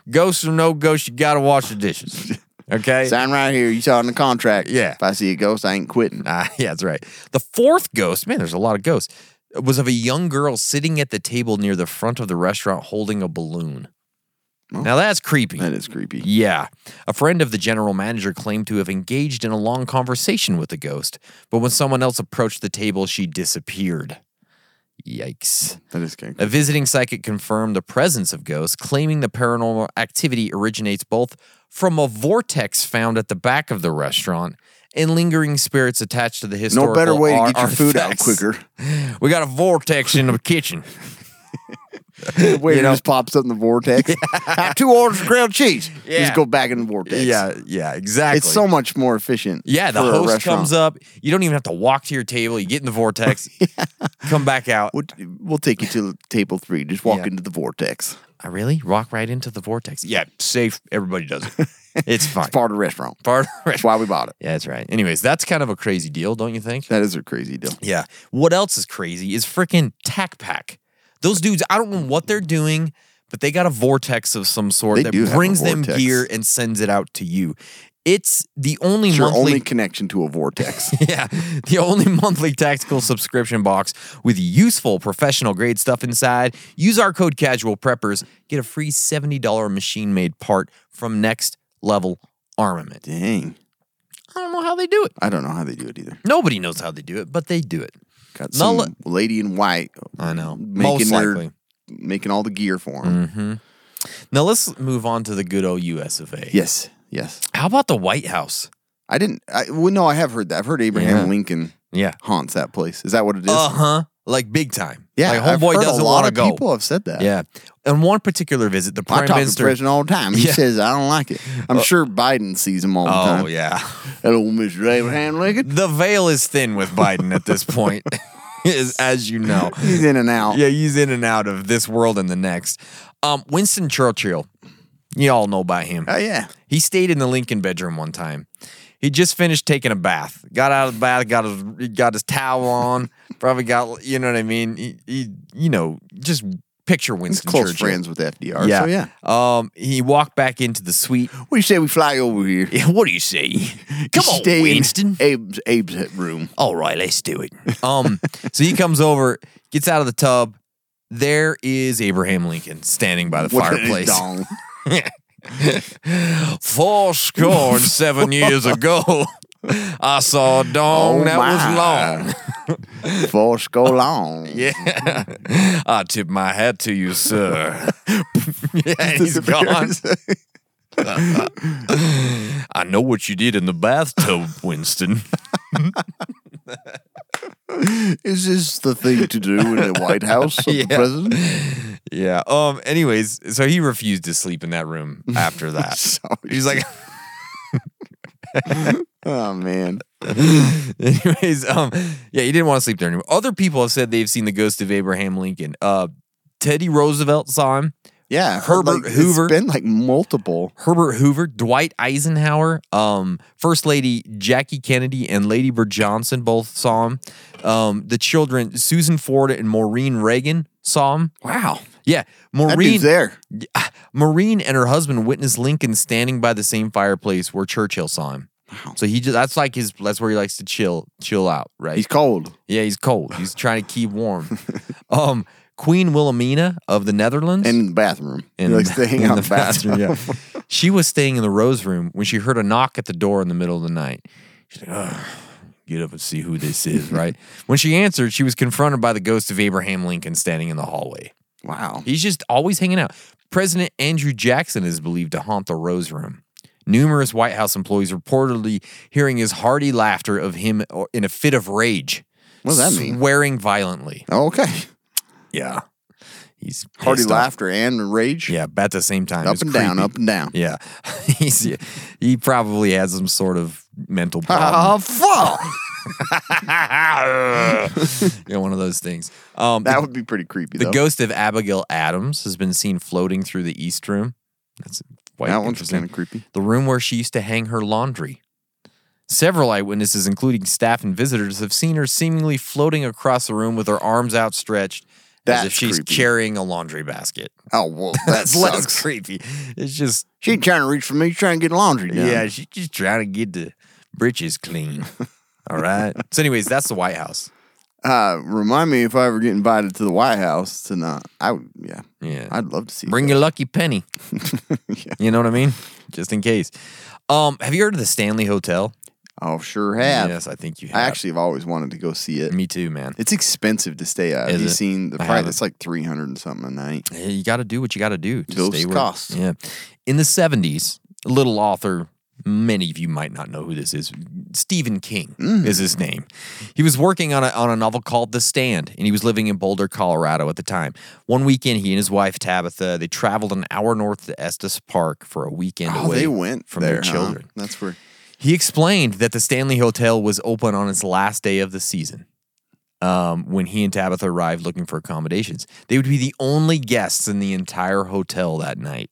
D: Ghost or no ghost, you gotta wash the dishes. Okay,
E: Sign right here. You saw it in the contract.
D: Yeah.
E: If I see a ghost, I ain't quitting.
D: Ah, yeah, that's right. The fourth ghost, man, there's a lot of ghosts, was of a young girl sitting at the table near the front of the restaurant holding a balloon. Now that's creepy.
E: That is creepy.
D: Yeah. A friend of the general manager claimed to have engaged in a long conversation with the ghost, but when someone else approached the table, she disappeared. Yikes.
E: That is kind
D: A visiting psychic confirmed the presence of ghosts, claiming the paranormal activity originates both from a vortex found at the back of the restaurant and lingering spirits attached to the historical.
E: No better way to
D: ar-
E: get your food out
D: artifacts.
E: quicker.
D: We got a vortex in the kitchen.
E: The waiter
D: know?
E: just pops up in the vortex. Have two orders of grilled cheese.
D: Yeah.
E: Just go back in the vortex.
D: Yeah, yeah, exactly.
E: It's so much more efficient.
D: yeah, the
E: for a
D: host
E: restaurant.
D: comes up. You don't even have to walk to your table. You get in the vortex, come back out.
E: What we'll take you to table three. Just walk
D: Yeah.
E: into the vortex.
D: I "Ah, really rock right into the vortex. Yeah, safe. Everybody does it. It's fine.
E: It's part of the restaurant.
D: Part of the
E: That's why we bought it.
D: Yeah, that's right. Anyways, that's kind of a crazy deal, don't you think?
E: That is a crazy deal.
D: Yeah. What else is crazy is freaking Tac Pack. Those dudes, I don't know what they're doing, but they got a vortex of some sort
E: They
D: that
E: do have a
D: brings them
E: vortex.
D: gear and sends it out to you. It's the only
E: It's your
D: monthly
E: only connection to a vortex.
D: yeah, the only monthly tactical subscription box with useful professional grade stuff inside. Use our code Casual Preppers, get a free $70 machine made part from Next Level Armament.
E: Dang.
D: I don't know how they do it.
E: I don't know how they do it either.
D: Nobody knows how they do it, but they do it.
E: Got some
D: Null-
E: lady in white.
D: I know.
E: Making
D: Most
E: their-
D: likely. Mm.
E: making all the gear for him.
D: Now let's move on to the good old US of A.
E: Yes, yes.
D: How about the White House?
E: I didn't. I, well, no, I have heard that. I've heard Abraham
D: Yeah.
E: Lincoln
D: Yeah.
E: haunts that place. Is that what it is?
D: Uh huh. Like big time.
E: yeah,
D: Like
E: I've
D: homeboy
E: heard
D: doesn't
E: a lot
D: want to
E: of
D: go.
E: people have said that.
D: yeah. On one particular visit, the
E: I
D: prime
E: talk to the
D: minister.
E: president all the time. He
D: Yeah. Uh,
E: says I don't like it. I'm sure Biden sees him all the time.
D: Oh yeah.
E: Hello, Mr. Abraham Lincoln.
D: the veil is thin with Biden at this point, is as you know.
E: He's in and out.
D: Yeah, he's in and out of this world and the next. Um, Winston Churchill, you all know about him.
E: Oh yeah.
D: He stayed in the Lincoln bedroom one time. He just finished taking a bath. Got out of the bath, got his got his towel on. Probably got you know what I mean. He, he you know just picture
E: He's
D: Winston
E: close
D: Churchill.
E: friends with FDR. So yeah.
D: Um, he walked back into the suite.
E: We say we fly over here.
D: Yeah, what do you say? Come on,
E: Stay in
D: Winston.
E: Abe's Abe's room.
D: all right, let's do it. Um, so he comes over, gets out of the tub. There is Abraham Lincoln standing by the
E: What a
D: fireplace.
E: dong.
D: Four score and seven years ago, I saw a dong
E: Oh
D: that
E: my.
D: was long.
E: For so long.
D: Yeah, I tip my hat to you, sir. yeah, and he's gone. I know what you did in the bathtub, Winston.
E: Is this the thing to do in the White House of
D: Yeah.
E: the president?
D: Yeah. Um. Anyways, so he refused to sleep in that room after that. He's like,
E: Oh man.
D: anyways, um, yeah, he didn't want to sleep there anymore. Other people have said they've seen the ghost of Abraham Lincoln. Uh, Teddy Roosevelt saw him.
E: Yeah.
D: Herbert
E: like,
D: Hoover.
E: It's been like multiple.
D: Herbert Hoover, Dwight Eisenhower, um, First Lady Jackie Kennedy, and Lady Bird Johnson both saw him. Um, the children Susan Ford and Maureen Reagan saw him.
E: Wow.
D: Yeah,
E: That
D: Maureen.
E: dude's there.
D: Maureen and her husband witnessed Lincoln standing by the same fireplace where Churchill saw him. So he just that's like his that's where he likes to chill chill out, right?
E: He's cold.
D: yeah, he's cold. He's trying to keep warm. um Queen Wilhelmina of the Netherlands
E: In the bathroom.
D: in
E: he
D: the
E: likes
D: ba-
E: to hang
D: in
E: out
D: the bathroom, yeah. she was staying in the Rose room when she heard a knock at the door in the middle of the night. She's like, "Ugh, get up and see who this is, right? when she answered, she was confronted by the ghost of Abraham Lincoln standing in the hallway.
E: Wow.
D: He's just always hanging out. President Andrew Jackson is believed to haunt the Rose Room. Numerous White House employees reportedly hearing his hearty laughter of him or- in a fit of rage.
E: What does that mean?
D: Swearing violently.
E: Okay.
D: Yeah. He's
E: Hearty
D: pissed off.
E: laughter and rage.
D: Yeah, but at the same time.
E: Up
D: it's
E: and down,
D: creepy.
E: up and down.
D: Yeah. He's, he probably has some sort of mental
E: Ah,
D: problem.
E: fuck.
D: yeah, one of those things. Um,
E: That would be pretty creepy.
D: The
E: though.
D: ghost of Abigail Adams has been seen floating through the East Room. That's quite
E: That one's
D: interesting.
E: kind of creepy.
D: the room where she used to hang her laundry. Several eyewitnesses, including staff and visitors, have seen her seemingly floating across the room with her arms outstretched
E: That's
D: as if she's
E: creepy.
D: carrying a laundry basket.
E: Oh well, that
D: less
E: sucks.
D: creepy. It's just,
E: She ain't trying to reach for me. She's trying to get laundry done.
D: yeah, she's just trying to get the britches clean. All right. So, anyways, that's the White House.
E: Uh, remind me if I ever get invited to the White House to not. I would. Yeah.
D: Yeah.
E: I'd love to see.
D: Bring your lucky penny. You know what I mean? Just in case. Um, have you heard of the Stanley Hotel?
E: that. Oh, sure have.
D: Yes, I think you have.
E: I actually have always wanted to go see it.
D: me too, man.
E: It's expensive to stay at.
D: Is
E: Have you
D: it?
E: seen the
D: I
E: price?
D: haven't.
E: It's like three hundred and something a night.
D: Hey, you got to do what you got to do to
E: Those
D: stay where,
E: costs.
D: Yeah. In the 70s, a little author, many of you might not know who this is. Stephen King
E: Mm.
D: is his name. He was working on a, on a novel called The Stand, and he was living in Boulder, Colorado at the time. One weekend, he and his wife, Tabitha, they traveled an hour north to Estes Park for a weekend
E: Oh,
D: away
E: they went
D: from their
E: there, huh?
D: children.
E: That's where.
D: He explained that the Stanley Hotel was open on its last day of the season. um, when he and Tabitha arrived looking for accommodations. They would be the only guests in the entire hotel that night.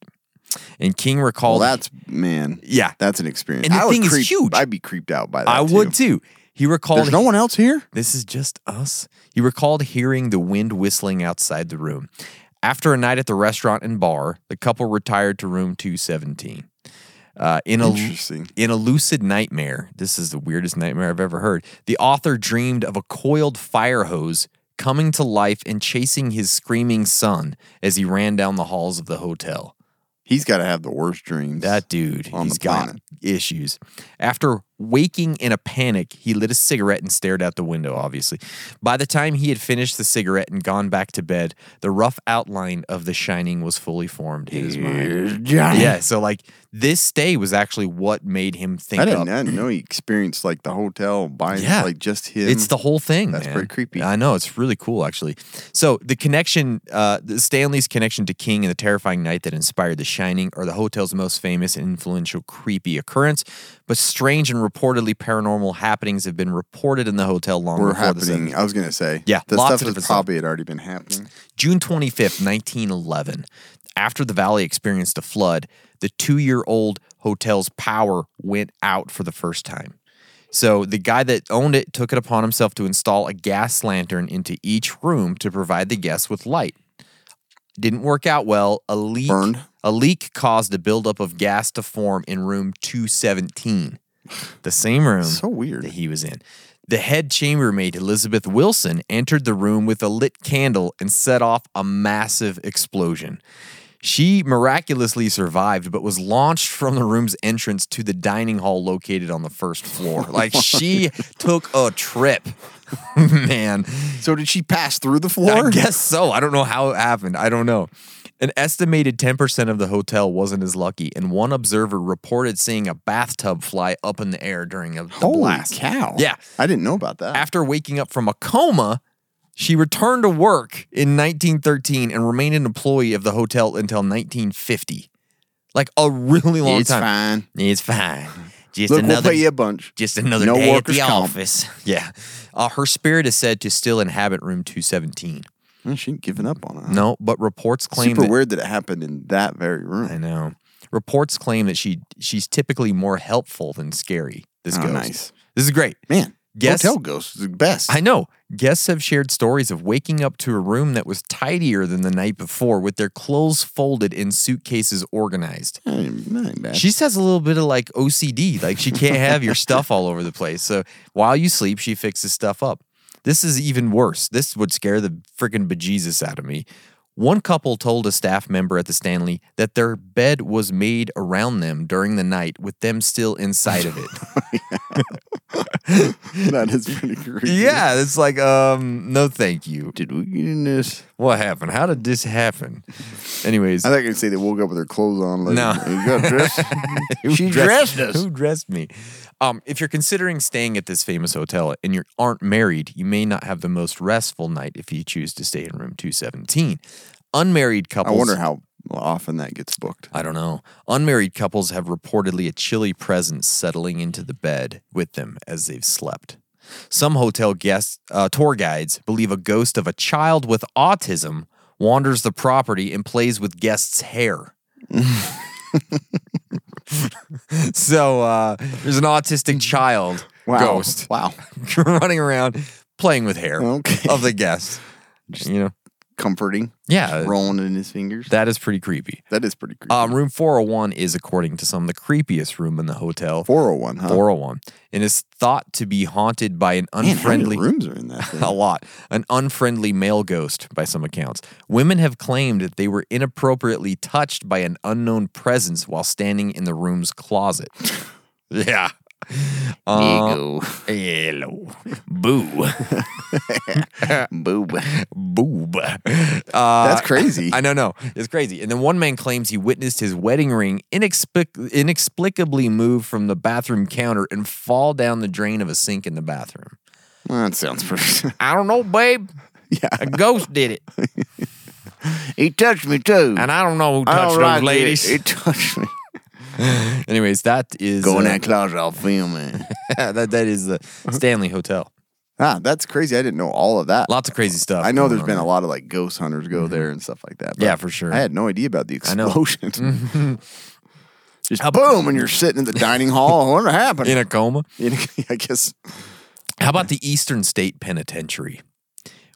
D: And King
E: Well,
D: recalled
E: that's man.
D: Yeah.
E: that's an experience.
D: And the
E: I would
D: thing is
E: creep-
D: huge.
E: I'd be creeped out by that.
D: I would too. He recalled
E: There's no one else here.
D: This is just us. He recalled hearing the wind whistling outside the room. After a night at the restaurant and bar, the couple retired to room 217. Uh, in a
E: Interesting.
D: in a lucid nightmare, this is the weirdest nightmare I've ever heard. The author dreamed of a coiled fire hose coming to life and chasing his screaming son as he ran down the halls of the hotel.
E: He's got to have the worst dreams.
D: That dude,
E: on
D: he's
E: the
D: got
E: planet.
D: issues. After waking in a panic, he lit a cigarette and stared out the window, obviously. By the time he had finished the cigarette and gone back to bed, the rough outline of the shining was fully formed in his mind. Yeah, so like this day was actually what made him think
E: I
D: up-
E: didn't, I didn't know he experienced like the hotel buying
D: Yeah.
E: like just him.
D: It's the whole thing.
E: That's
D: man.
E: pretty creepy.
D: I know. It's really cool, actually. So the connection, uh, the Stanley's connection to King and the terrifying night that inspired The Shining are the hotel's most famous and influential creepy occurrence. But strange and reportedly paranormal happenings have been reported in the hotel long
E: were
D: before the
E: happening.
D: seventh-
E: I was gonna say,
D: Yeah,
E: the
D: lots of
E: stuff
D: different
E: that
D: stuff.
E: probably had already been happening.
D: June 25th, 1911, after the valley experienced a flood, the two year old hotel's power went out for the first time. So the guy that owned it took it upon himself to install a gas lantern into each room to provide the guests with light. Didn't work out well. A leak,
E: Burned.
D: a leak caused a buildup of gas to form in room 217, the same room
E: So weird.
D: Um, that he was in. The head chambermaid, Elizabeth Wilson, entered the room with a lit candle and set off a massive explosion. She miraculously survived, but was launched from the room's entrance to the dining hall located on the first floor. Like she took a trip, man.
E: So did she pass through the floor?
D: I guess so. I don't know how it happened. I don't know. An estimated 10% of the hotel wasn't as lucky, and one observer reported seeing a bathtub fly up in the air during a the
E: Holy
D: blast.
E: cow!
D: Yeah.
E: I didn't know about that.
D: After waking up from a coma, she returned to work in 1913 and remained an employee of the hotel until 1950. Like a really long
E: it's
D: time.
E: fine.
D: It's fine. Just
E: Look,
D: another
E: we'll pay you a bunch.
D: just another
E: No
D: day at
E: workers'
D: the
E: comp.
D: office. Yeah. Uh, her spirit is said to still inhabit room 217.
E: Well, she ain't giving up on it. huh?
D: No, but reports claim
E: Mm. Super
D: that,
E: weird that it happened in that very room.
D: I know. Reports claim that she she's typically more helpful than scary. This
E: Oh,
D: goes.
E: nice.
D: This is great.
E: Man,
D: Guess-
E: hotel ghosts is the best.
D: I know. Guests have shared stories of waking up to a room that was tidier than the night before with their clothes folded and suitcases organized.
E: Hey, that ain't bad.
D: She says a little bit of like OCD, like she can't have your stuff all over the place. So while you sleep, she fixes stuff up. This is even worse. This would scare the freaking bejesus out of me. One couple told a staff member at the Stanley that their bed was made around them during the night with them still inside of it.
E: that is pretty creepy.
D: yeah, it's like, um, no thank you.
E: Did we get in this?
D: What happened? How did this happen? Anyways,
E: I thought you could say they woke up with their clothes on. Like,
D: No.
E: You got dressed?
D: who
E: she dressed us.
D: Who dressed me? Um, if you're considering staying at this famous hotel and you aren't married, you may not have the most restful night if you choose to stay in room 217. Unmarried
E: I
D: couples.
E: wonder how often that gets booked.
D: I don't know. Unmarried couples have reportedly a chilly presence settling into the bed with them as they've slept. Some hotel guests, uh, tour guides, believe a ghost of a child with autism wanders the property and plays with guests' hair. so uh, there's an autistic child
E: Mm-hmm. Wow.
D: ghost
E: Wow.
D: running around playing with hair
E: Okay.
D: of the guests. you know,
E: Comforting.
D: yeah,
E: Rolling in his fingers.
D: that is pretty creepy.
E: that is pretty creepy.
D: Um, room 401 is, according to some, the creepiest room in the hotel.
E: 401, huh?
D: 401. And is thought to be haunted by an
E: Man, how many
D: unfriendly.
E: rooms are in that thing?
D: a lot. An unfriendly male ghost, by some accounts. Women have claimed that they were inappropriately touched by an unknown presence while standing in the room's closet. yeah. Uh, hello. Boo.
E: Boob.
D: boob. Uh,
E: That's crazy.
D: I know, no, it's crazy. And then one man claims he witnessed his wedding ring inexplic- inexplicably move from the bathroom counter and fall down the drain of a sink in the bathroom.
E: Well, that sounds pretty.
D: I don't know, babe.
E: yeah.
D: A ghost did it,
E: He touched me too.
D: and I don't know who
E: I
D: touched those
E: like it.
D: ladies.
E: He touched me.
D: Anyways, that is
E: Go in
D: uh,
E: that closet, I'll film it.
D: that that is the Stanley Hotel.
E: Ah, that's crazy. I didn't know all of that.
D: Lots of crazy stuff.
E: I know
D: going
E: there's
D: on Mm-hmm.
E: been a lot of like ghost hunters go there and stuff like that. but
D: Yeah, for sure.
E: I had no idea about the
D: I know.
E: explosion. Just
D: How-
E: boom, and you're sitting in the dining hall. What happened?
D: in a coma.
E: I guess
D: How about the Eastern State Penitentiary?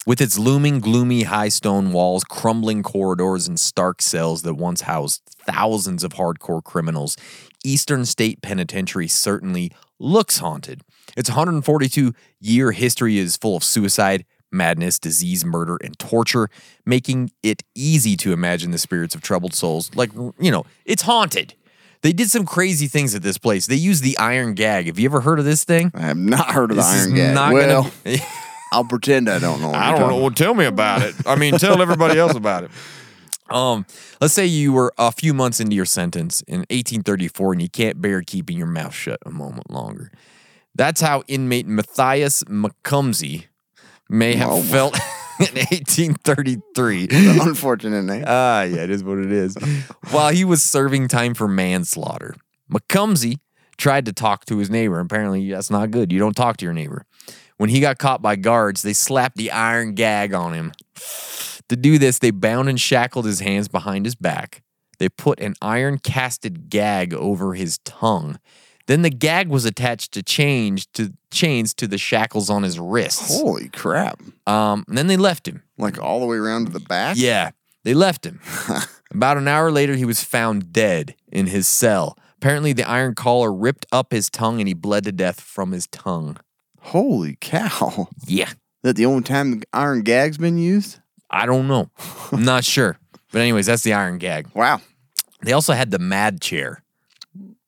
D: With its looming, gloomy, high stone walls, crumbling corridors, and stark cells that once housed thousands of hardcore criminals, Eastern State Penitentiary certainly looks haunted. Its 142 year history is full of suicide, madness, disease, murder, and torture, making it easy to imagine the spirits of troubled souls. Like, you know, it's haunted. They did some crazy things at this place. They used the iron gag. Have you ever heard of this thing?
E: I have not heard of the
D: This is
E: Iron Gag.
D: not
E: well,
D: gonna be-
E: I'll pretend I don't know. what you're talking
D: Well, tell me about it. I mean, tell everybody else about it. Um, let's say you were a few months into your sentence in 1834 and you can't bear keeping your mouth shut a moment longer. That's how inmate Matthias McCumsey may have
E: Wow.
D: felt in 1833.
E: about. Unfortunate name.
D: Ah, yeah, it is what it is. While he was serving time for manslaughter, McCumsey tried to talk to his neighbor. Apparently, that's not good. You don't talk to your neighbor. When he got caught by guards, they slapped the iron gag on him. To do this, they bound and shackled his hands behind his back. They put an iron casted gag over his tongue. Then the gag was attached to change to chains to the shackles on his wrists.
E: Holy crap!
D: Um, and then they left him.
E: Like all the way around to the back.
D: Yeah, they left him. About an hour later, he was found dead in his cell. Apparently, the iron collar ripped up his tongue and he bled to death from his tongue.
E: Holy cow!
D: Yeah.
E: That the only time the Iron Gag's been used?
D: I don't know. I'm not sure. But, anyways, that's the iron gag.
E: Wow.
D: They also had the mad chair.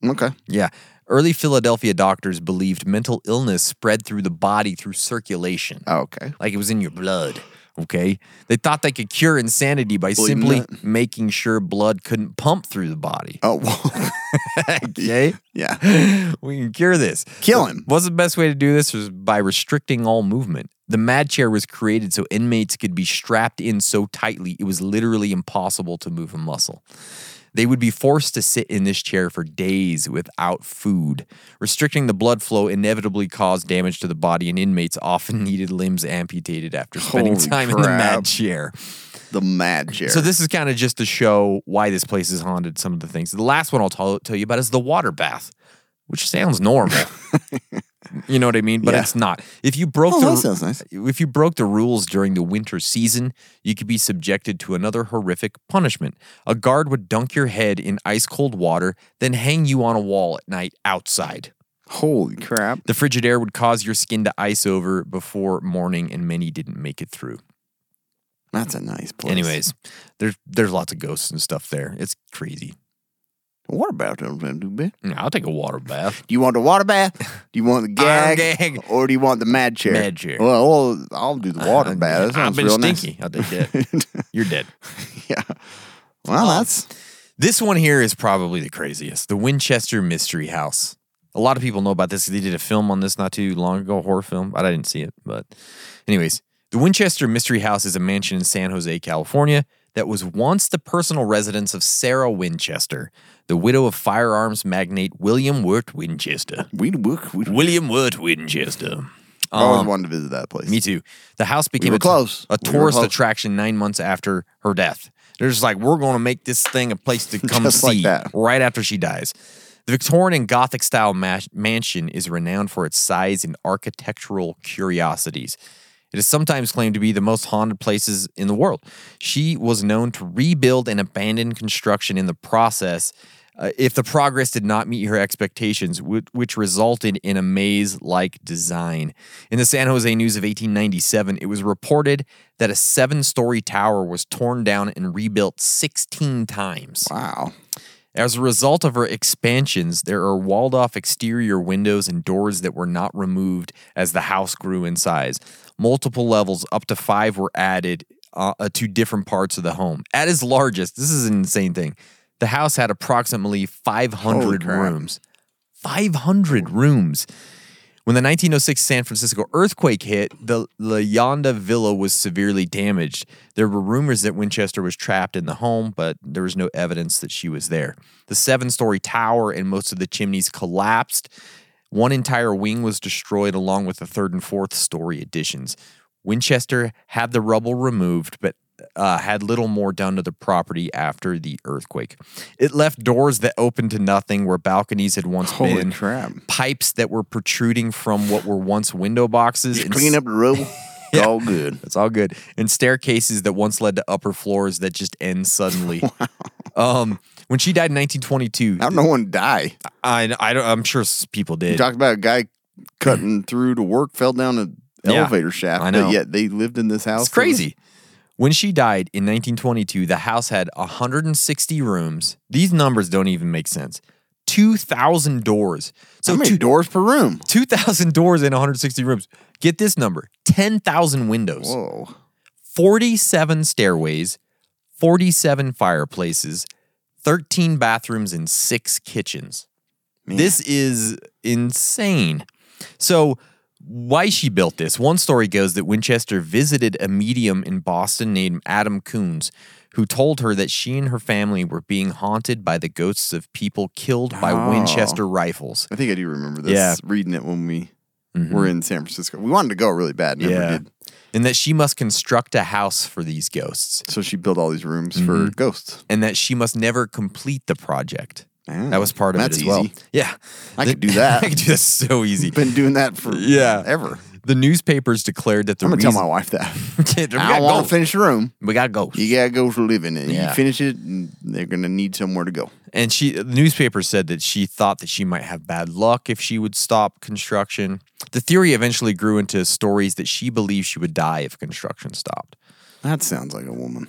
E: Okay.
D: Yeah. Early Philadelphia doctors believed mental illness spread through the body through circulation.
E: Oh, okay.
D: like it was in your blood. Okay. They thought they could cure insanity by
E: Believe
D: simply
E: that.
D: making sure blood couldn't pump through the body.
E: Oh. Well,
D: okay.
E: yeah.
D: we can cure this.
E: Kill him.
D: What's the best way to do this was by restricting all movement. The mad chair was created so inmates could be strapped in so tightly it was literally impossible to move a muscle. They would be forced to sit in this chair for days without food. Restricting the blood flow inevitably caused damage to the body, and inmates often needed limbs amputated after spending
E: Holy
D: time in the
E: crap.
D: mad chair.
E: The Mad Chair.
D: So this is kind of just to show why this place is haunted. Some of the things. The last one I'll tell, tell you about is the water bath, which sounds normal. you know what I mean, but
E: Yeah.
D: it's not. If you broke
E: Oh,
D: the
E: that sounds nice.
D: if you broke the rules during the winter season, you could be subjected to another horrific punishment. A guard would dunk your head in ice cold water, then hang you on a wall at night outside.
E: Holy
D: Mm.
E: crap!
D: The frigid air would cause your skin to ice over before morning, and many didn't make it through.
E: That's a nice place.
D: Anyways, there's there's lots of ghosts and stuff there. It's crazy.
E: what about them? Do
D: Yeah, Mm, I'll take a water bath.
E: you want the water bath? Do you want the
D: Iron
E: gag?
D: gag.
E: Or do you want the Mad Chair?
D: Mad chair.
E: Well, well, I'll do the water
D: Uh,
E: bath. That sounds
D: I've been
E: real
D: stinky. I'll take that.
E: Nice.
D: You're dead.
E: yeah. Well,
D: Um,
E: that's
D: This one here is probably the craziest. The Winchester Mystery House. A lot of people know about this. 'cause They did a film on this not too long ago, a horror film. I didn't see it, but anyways, the Winchester Mystery House is a mansion in San Jose, California, that was once the personal residence of Sarah Winchester, the widow of firearms magnate William Wirt Winchester.
E: we. Work, we
D: William Wirt Winchester.
E: I always wanted to visit that place.
D: Me too. The house became
E: were
D: a, t-
E: close.
D: a
E: We were
D: tourist
E: close.
D: attraction nine months after her death. They're just like, we're going to make this thing a place to come
E: Just like
D: see
E: that.
D: right after she dies. The Victorian and Gothic style ma- mansion is renowned for its size and architectural curiosities. It is sometimes claimed to be the most haunted places in the world. She was known to rebuild and abandon construction in the process uh, if the progress did not meet her expectations, which, which resulted in a maze like design. In the San Jose News of 1897, it was reported that a seven story tower was torn down and rebuilt 16 times.
E: Wow.
D: As a result of her expansions, there are walled off exterior windows and doors that were not removed as the house grew in size. Multiple levels, up to five, were added uh, uh, to different parts of the home. At its largest, this is an insane thing. The house had approximately 500
E: crap.
D: rooms. 500 rooms. When the 1906 San Francisco earthquake hit, the La Yonda Villa was severely damaged. There were rumors that Winchester was trapped in the home, but there was no evidence that she was there. The seven story tower and most of the chimneys collapsed, One entire wing was destroyed along with the third and fourth story additions. Winchester had the rubble removed, but uh, had little more done to the property after the earthquake. It left doors that opened to nothing where balconies had once
E: Holy
D: been,
E: crap.
D: pipes that were protruding from what were once window boxes. and
E: Clean up the rubble. It's All good.
D: it's all good. And staircases that once led to upper floors that just end suddenly. Um, when she died in 1922,
E: How did no one die?
D: I, I don't, I'm sure s- people
E: You
D: did.
E: talked about a guy cutting through to work, fell down an
D: Yeah,
E: elevator shaft,
D: I know.
E: but yet they lived in this house.
D: It's crazy. When she died in 1922, the house had 160 rooms. These numbers don't even make sense. 2,000 doors.
E: So
D: So
E: many
D: two-
E: doors per room.
D: 2,000 doors in 160 rooms. Get this number 10,000 windows.
E: Whoa.
D: 47 stairways, 47 fireplaces, 13 bathrooms, and six kitchens. This is insane. So, why she built this? One story goes that Winchester visited a medium in Boston named Adam Coons, who told her that she and her family were being haunted by the ghosts of people killed by
E: Oh.
D: Winchester rifles.
E: I think I do remember this.
D: Yeah.
E: Reading it when we
D: Mhm.
E: were in San Francisco. We wanted to go really bad. Never
D: Yeah.
E: did.
D: And that she must construct a house for these ghosts.
E: So she built all these rooms
D: Mm-hmm.
E: for ghosts.
D: and that she must never complete the project.
E: Oh,
D: that was part of it
E: that's
D: as well.
E: easy.
D: Yeah.
E: I
D: The-
E: could do that.
D: I could do that so easy.
E: Been doing that for
D: Yeah.
E: ever.
D: The newspapers declared that the
E: I'm gonna
D: reason
E: tell my wife that.
D: Kid, we,
E: I
D: got
E: don't want
D: ghosts.
E: to finish the room.
D: we got ghosts.
E: You gotta go to live in it.
D: Yeah.
E: You finish it, and they're gonna need somewhere to go.
D: And she the newspaper said that she thought that she might have bad luck if she would stop construction. The theory eventually grew into stories that she believed she would die if construction stopped.
E: That sounds like a woman.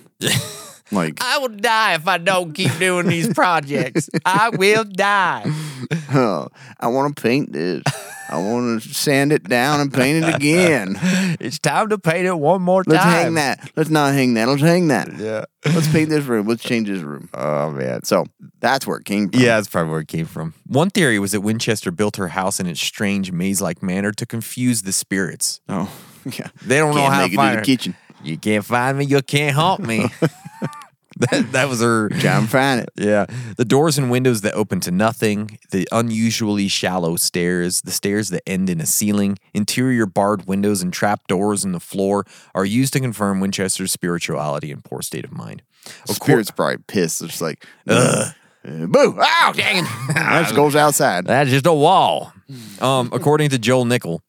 E: like,
D: I will die if I don't keep doing these projects. I will die.
E: oh, I want to paint this. I want to sand it down and paint it again.
D: It's time to paint it one more
E: Let's hang
D: time.
E: that. Let's not hang that. Let's hang that.
D: Yeah.
E: Let's paint this room. Let's change this room.
D: Oh man.
E: So that's where it came from.
D: Yeah, that's probably where it came from. One theory was that Winchester built her house in its strange maze-like manner to confuse the spirits.
E: Oh, yeah.
D: They don't know
E: Can't
D: how
E: make
D: to
E: it
D: find
E: to
D: her.
E: the kitchen.
D: You can't find me, you can't haunt me. that, that was her.
E: Try and find it.
D: Yeah. The doors and windows that open to nothing, the unusually shallow stairs, the stairs that end in a ceiling, interior barred windows and trap doors in the floor are used to confirm Winchester's spirituality and poor state of mind.
E: Of Spirit's probably pissed. It's like, ugh. Uh, boo! Ow! Dang it! that just goes outside.
D: That's just a wall.
E: Hmm.
D: Um, according to Joel Nickel,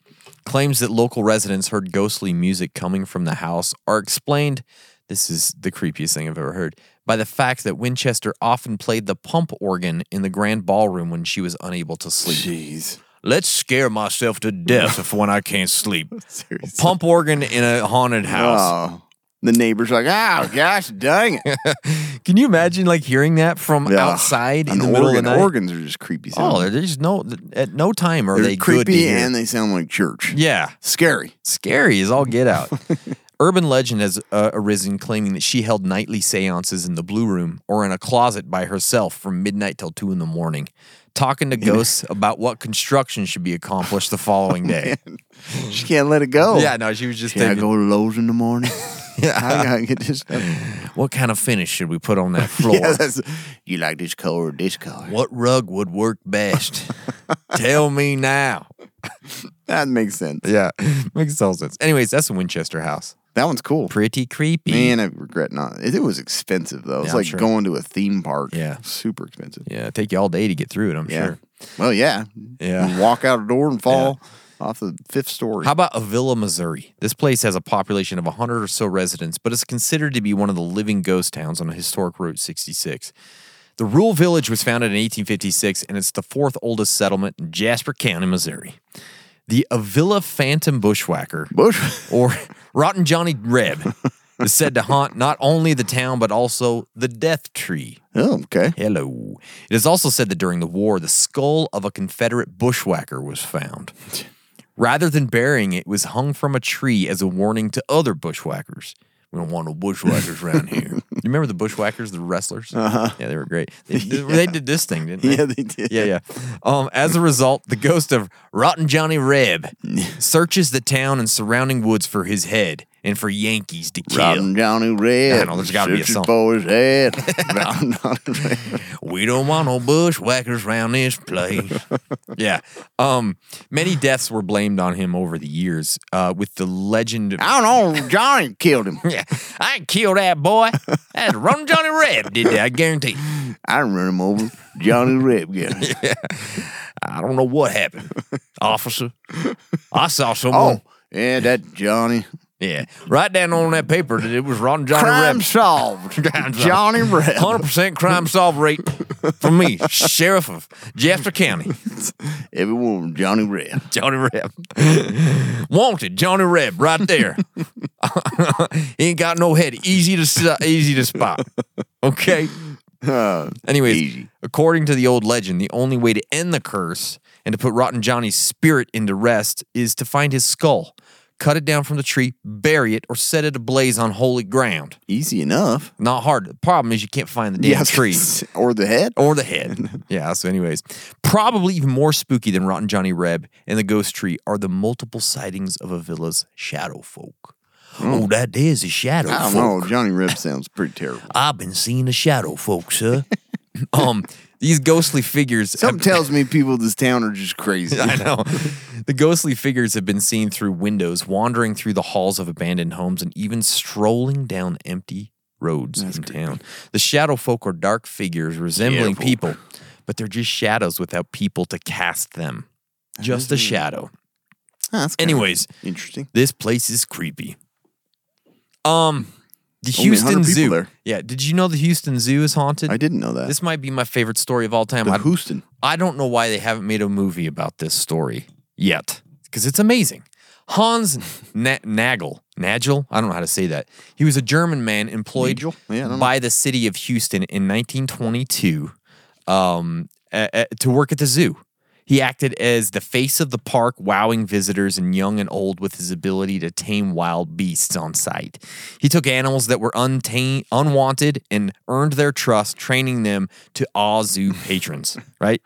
D: claims that local residents heard ghostly music coming from the house are explained. This is the creepiest thing I've ever heard. By the fact that Winchester often played the pump organ in the grand ballroom when she was unable to sleep.
E: Jeez.
D: Let's scare myself to death if when I can't sleep.
E: Seriously.
D: Pump organ in a haunted house.
E: Oh, the neighbors are like, oh gosh, dang it!
D: Can you imagine like hearing that from outside in
E: Oh. An
D: the middle
E: organ-
D: of the night?
E: Organs are just creepy.
D: Oh,
E: Sounding.
D: there's no at no time are
E: they're
D: they
E: creepy
D: good to hear.
E: and they sound like church.
D: yeah.
E: scary.
D: Scary is all get out. Urban legend has uh, arisen claiming that she held nightly seances in the Blue Room or in a closet by herself from midnight till two in the morning, talking to ghosts about what construction should be accomplished the following day.
E: She can't let it go.
D: Yeah, no, she was just
E: Can I
D: thinking,
E: go to Lowe's in the morning? yeah, I gotta get this. Stuff.
D: what kind of finish should we put on that floor?
E: Yeah, that's, you like this color or this color?
D: what rug would work best? Tell me now.
E: That makes sense.
D: Yeah, makes total sense. Anyways, that's the Winchester house.
E: That one's cool.
D: Pretty creepy.
E: Man, I regret not. It, it was expensive though. It's
D: Yeah, I'm
E: like
D: sure.
E: going to a theme park.
D: Yeah.
E: super expensive.
D: Yeah, it'd take you all day to get through it, I'm
E: Yeah.
D: sure.
E: Well, yeah.
D: Yeah.
E: You walk out a door and fall off the fifth story.
D: How about Avila, Missouri? This place has a population of 100 or so residents, but is considered to be one of the living ghost towns on historic Route 66. The rural village was founded in 1856, and it's the fourth oldest settlement in Jasper County, Missouri. The Avila Phantom Bushwhacker,
E: Bush.
D: or Rotten Johnny Reb, is said to haunt not only the town, but also the death tree.
E: Oh, okay.
D: Hello. It is also said that during the war, the skull of a Confederate bushwhacker was found. Rather than burying it, it was hung from a tree as a warning to other bushwhackers. We don't want no bushwhackers around here. You remember the bushwhackers, the wrestlers? Uh-huh. Yeah, they were great. They, they did this thing, didn't they?
E: Yeah, they did.
D: Yeah, yeah. Um, as a result, the ghost of Rotten Johnny Reb searches the town and surrounding woods for his head and for Yankees to kill.
E: Rotten Johnny Red.
D: I know, there's gotta be a
E: searching
D: song.
E: For his head. Rotten Johnny Red.
D: We don't want no bushwhackers around this place. yeah. Um, many deaths were blamed on him over the years, uh, with the legend.
E: I don't know. Johnny killed him.
D: Yeah, I ain't killed that boy. That's Ron Johnny Reb did that, I guarantee.
E: I done run him over. Johnny Red. Yeah.
D: I don't know what happened, officer. I saw someone.
E: Oh, yeah, that Johnny.
D: Yeah, right down on that paper that it was Ron Johnny
E: Crime
D: Reb.
E: solved.
D: Crime solved.
E: Johnny Red.
D: 100% crime solve rate for me, sheriff of Jasper County.
E: Everyone, Johnny Red.
D: Johnny Reb. Wanted Johnny Reb right there. he ain't got no head. Easy to s- easy to spot. Okay. Anyways,
E: easy.
D: according to the old legend, the only way to end the curse and to put Rotten Johnny's spirit into rest is to find his skull, cut it down from the tree, bury it, or set it ablaze on holy ground.
E: Easy enough.
D: Not hard. The problem is you can't find the damn
E: Yes.
D: tree
E: Or the head.
D: or the head. yeah. So, anyways, probably even more spooky than Rotten Johnny Reb and the Ghost Tree are the multiple sightings of Avila's shadow folk. Oh, that is a shadow
E: Hmm. I don't
D: folk.
E: know. Johnny Reb sounds pretty terrible.
D: I've been seeing a shadow folk, sir. um, these ghostly figures. have-
E: Something tells me people in this town are just crazy.
D: I know. The ghostly figures have been seen through windows, wandering through the halls of abandoned homes, and even strolling down empty roads in town. The shadow folk are dark figures resembling
E: Shadow folk.
D: people, but they're just shadows without people to cast them. Just a shadow.
E: That's kinda
D: Anyways,
E: interesting.
D: this place is creepy. Um, the
E: Only 100
D: Houston
E: people
D: Zoo.
E: there.
D: Yeah, did you know the Houston Zoo is haunted?
E: I didn't know that.
D: This might be my favorite story of all time.
E: the
D: I-
E: Houston.
D: I don't know why they haven't made a movie about this story yet because it's amazing. Hans Na- Nagel, Nagel, I don't know how to say that. He was a German man employed
E: Nagel? Yeah, I don't know.
D: by the city of Houston in 1922 um, a- a- to work at the zoo. He acted as the face of the park, wowing visitors and young and old with his ability to tame wild beasts on site. He took animals that were untamed, unwanted and earned their trust, training them to awe zoo patrons, right?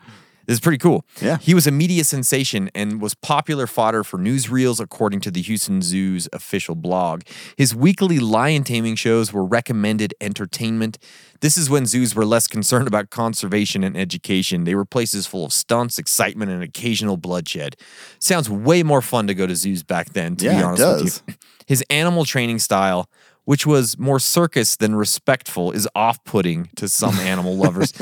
D: This is pretty cool.
E: Yeah.
D: He was a media sensation and was popular fodder for newsreels, according to the Houston Zoo's official blog. His weekly lion taming shows were recommended entertainment. This is when zoos were less concerned about conservation and education. They were places full of stunts, excitement, and occasional bloodshed. Sounds way more fun to go to zoos back then, to
E: Yeah,
D: be
E: it
D: honest with
E: does.
D: you. His animal training style, which was more circus than respectful, is off putting to some animal lovers.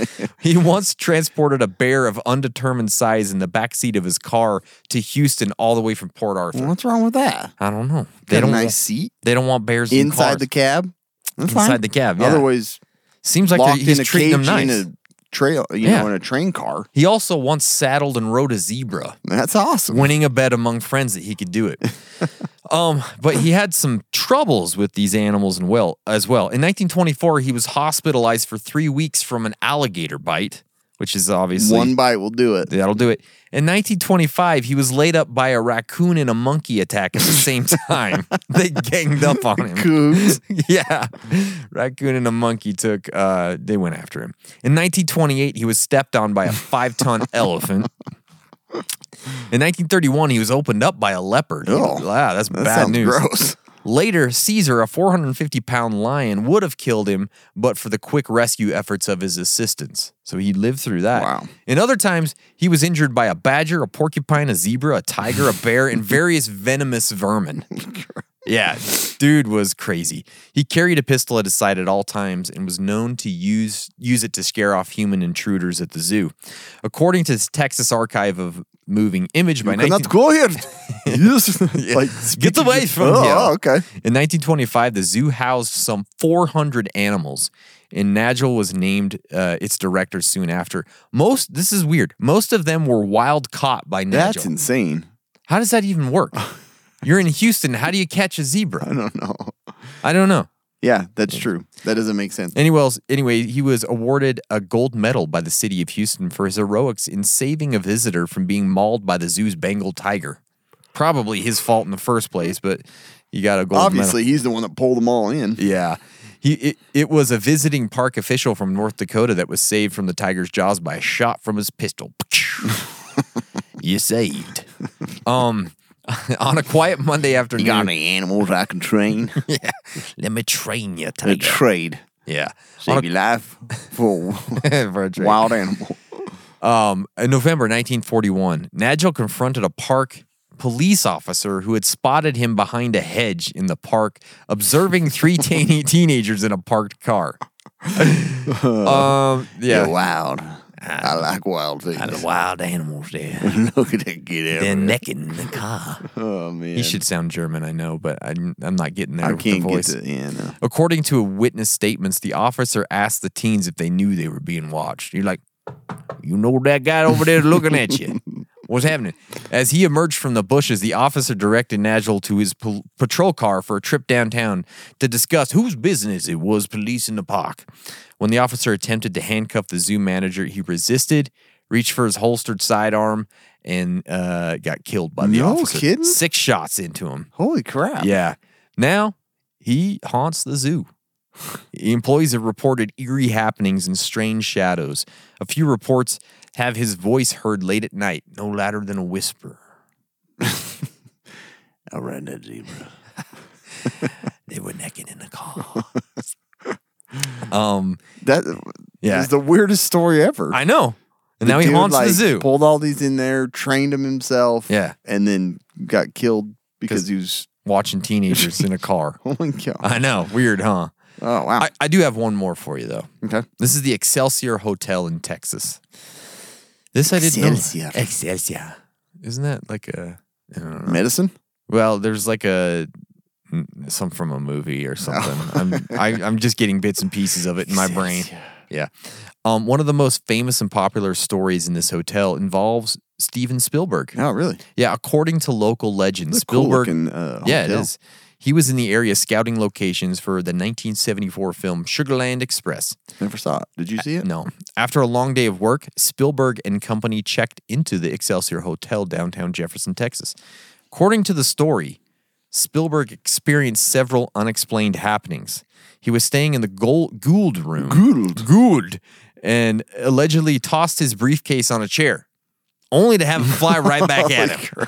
D: He once transported a bear of undetermined size in the backseat of his car to Houston, all the way from Port Arthur.
E: What's wrong with that?
D: I don't know. They
E: Got
D: don't,
E: a nice
D: want,
E: seat
D: they don't want bears in cars.
E: inside the cab. That's
D: Inside
E: fine.
D: the cab, yeah.
E: Otherwise,
D: Seems like they're-
E: locked
D: he's
E: in a
D: treating
E: cage
D: them nice.
E: in a trail, you
D: Yeah.
E: know, in a train car.
D: He also once saddled and rode a zebra.
E: That's awesome.
D: winning a bet among friends that he could do it. um, but he had some troubles with these animals and well as well. In 1924, he was hospitalized for three weeks from an alligator bite, which is obviously
E: One bite will do it.
D: that'll do it. In 1925, he was laid up by a raccoon and a monkey attack at the same time. they ganged up on him
E: Coons.
D: yeah. Raccoon and a monkey took, uh, they went after him. In 1928, he was stepped on by a five ton elephant. In 1931, he was opened up by a leopard. He-
E: Oh,
D: wow, that's
E: That
D: bad
E: sounds
D: news.
E: gross.
D: Later, Caesar, a 450 pound lion, would have killed him, but for the quick rescue efforts of his assistants. So he lived through that.
E: Wow.
D: In other times, he was injured by a badger, a porcupine, a zebra, a tiger, a bear, and various venomous vermin. Yeah, dude was crazy. He carried a pistol at his side at all times and was known to use use it to scare off human intruders at the zoo. According to the Texas Archive of Moving Image by
E: You cannot
D: 19-
E: go here. yes. Like,
D: Get
E: speaking-
D: away from
E: oh,
D: here.
E: oh, okay.
D: In 1925, the zoo housed some 400 animals, and Nagel was named uh, its director soon after. Most, this is weird, most of them were wild caught by Nagel.
E: That's insane.
D: how does that even work? You're in Houston. How do you catch a
E: I
D: zebra?
E: don't know.
D: I don't know.
E: Yeah, that's true. That doesn't make sense.
D: Anyways, anyway, he was awarded a gold medal by the city of Houston for his heroics in saving a visitor from being mauled by the zoo's Bengal tiger. Probably his fault in the first place, but you got a gold medal.
E: Obviously, he's the one that pulled them all in.
D: Yeah. He, it, it was a visiting park official from North Dakota that was saved from the tiger's jaws by a shot from his pistol. you saved. Um, on a quiet Monday afternoon.
E: You got any animals I can train?
D: yeah. Let me train you,
E: to
D: tiger.
E: trade.
D: yeah. On
E: Save your life for
D: a- for a
E: a
D: trade.
E: wild animal.
D: Um, in November 1941, Nagel confronted a park police officer who had spotted him behind a hedge in the park, observing three teen- teenagers in a parked car. um, yeah.
E: Yeah, wild. I like wild things.
D: wild animals there.
E: Look at that get out.
D: necking the car.
E: oh man,
D: He should sound German, I know, but I'm, I'm not getting there
E: I
D: with the
E: can't get
D: voice.
E: to. Yeah, no.
D: According to witness statements, the officer asked the teens if they knew they were being watched. You're like, you know that guy over there looking at you. What's happening? As he emerged from the bushes, the officer directed Nagel to his pol- patrol car for a trip downtown to discuss whose business it was policing the park. When the officer attempted to handcuff the zoo manager, he resisted, reached for his holstered sidearm, and uh, got killed by the
E: No
D: officer.
E: kidding?
D: Six shots into him.
E: Holy crap!
D: Yeah. Now he haunts the zoo. Employees have reported eerie happenings and strange shadows. A few reports have his voice heard late at night, no louder than a whisper.
E: I ran that zebra.
D: They were necking in the car. um,
E: That is
D: Yeah.
E: the weirdest story ever.
D: I know. And
E: The
D: now he
E: dude,
D: haunts
E: like,
D: the zoo.
E: Pulled all these in there, trained them himself.
D: Yeah.
E: and then got killed because he was.
D: watching teenagers in a car.
E: Oh my god!
D: I know. Weird, huh?
E: Oh wow!
D: I, I do have one more for you though.
E: okay.
D: This is the Excelsior Hotel in Texas. This I didn't
E: Excelsior.
D: know. Excelsior. Isn't that like a I don't know.
E: Medicine.
D: Well, there's like a mm, some from a movie or something. I'm I, I'm just getting bits and pieces of it in my brain. Yeah. Um, one of the most famous and popular stories in this hotel involves Steven Spielberg.
E: Oh really?
D: Yeah, according to local legend,
E: That's a cool
D: Spielberg.
E: looking, uh,
D: yeah, it
E: hotel.
D: is. He was in the area scouting locations for the 1974 film Sugarland Express.
E: Never saw it. Did you see it?
D: No. After a long day of work, Spielberg and company checked into the Excelsior Hotel downtown Jefferson, Texas. According to the story, Spielberg experienced several unexplained happenings. He was staying in the Gol- Gould room. Gould. Gould. And allegedly tossed his briefcase on a chair, only to have it fly right back at him.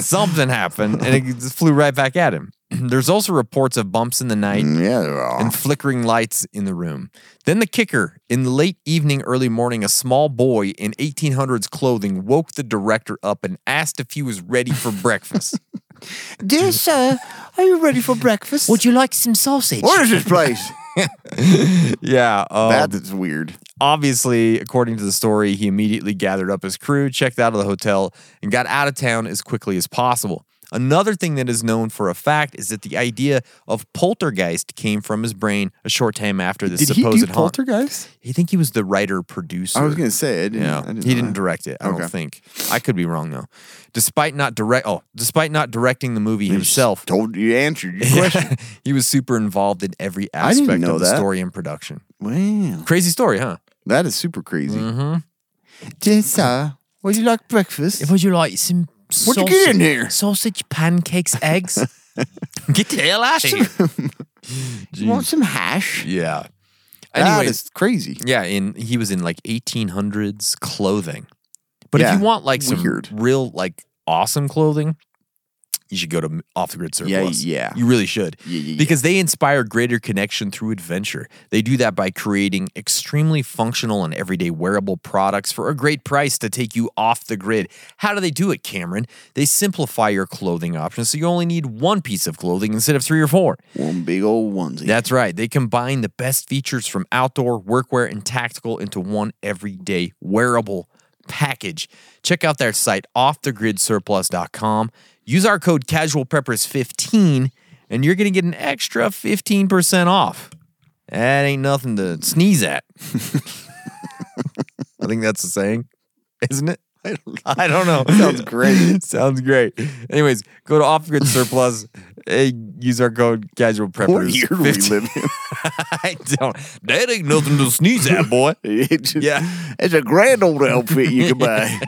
D: Something happened and it just flew right back at him. There's also reports of bumps in the night
E: Mm, Yeah, there are.
D: and flickering lights in the room. Then the kicker in the late evening, early morning, a small boy in 1800s clothing woke the director up and asked if he was ready for breakfast.
E: Dear sir, are you ready for breakfast?
D: you like some sausage?
E: What is this place?
D: Yeah. um,
E: that is weird.
D: obviously, according to the story, he immediately gathered up his crew, checked out of the hotel, and got out of town as quickly as possible. Another thing that is known for a fact is that the idea of poltergeist came from his brain a short time after this
E: Did he
D: supposed
E: do
D: haunt.
E: poltergeist?
D: I think he was the writer producer.
E: I was gonna say I didn't.
D: Yeah,
E: I didn't
D: he
E: know
D: didn't
E: that.
D: direct it. I
E: Okay.
D: don't think. I could be wrong though. Despite not direct, oh, despite not directing the movie
E: You just
D: himself,
E: Told you answered your question.
D: he was super involved in every
E: I didn't
D: aspect
E: know
D: of the
E: that.
D: story and production.
E: wow,
D: Crazy story, huh?
E: that is super crazy. Mm-hmm. Dear sir, would you like breakfast?
D: Would you like some? Sausage,
E: What'd you get in here?
D: Sausage, pancakes, eggs. get the hell out of here!
E: you want some hash?
D: yeah.
E: That
D: Anyways,
E: is crazy.
D: yeah, and he was in like 1800s clothing. But
E: Yeah,
D: if you want like some
E: weird.
D: real like awesome clothing, you should go to Off the Grid Surplus.
E: yeah.
D: You really should.
E: Yeah, yeah, yeah.
D: Because they inspire greater connection through adventure. They do that by creating extremely functional and everyday wearable products for a great price to take you off the grid. How do they do it, Cameron? They simplify your clothing options so you only need one piece of clothing instead of three or four.
E: One big old onesie.
D: That's right. They combine the best features from outdoor, workwear, and tactical into one everyday wearable package. Check out their site, offthegridsurplus.com. Use our code casualpreppers15, and you're going to get an extra 15% off. That ain't nothing to sneeze at. I think that's the saying, isn't it? I don't, know.
E: Sounds great.
D: Sounds great. Anyways, go to Off Grid Surplus. eh, use our code Casual Preppers.
E: what year do we
D: 15.
E: live in?
D: I don't. That ain't nothing to sneeze at, boy.
E: It's just-
D: Yeah.
E: It's a grand old outfit you can buy.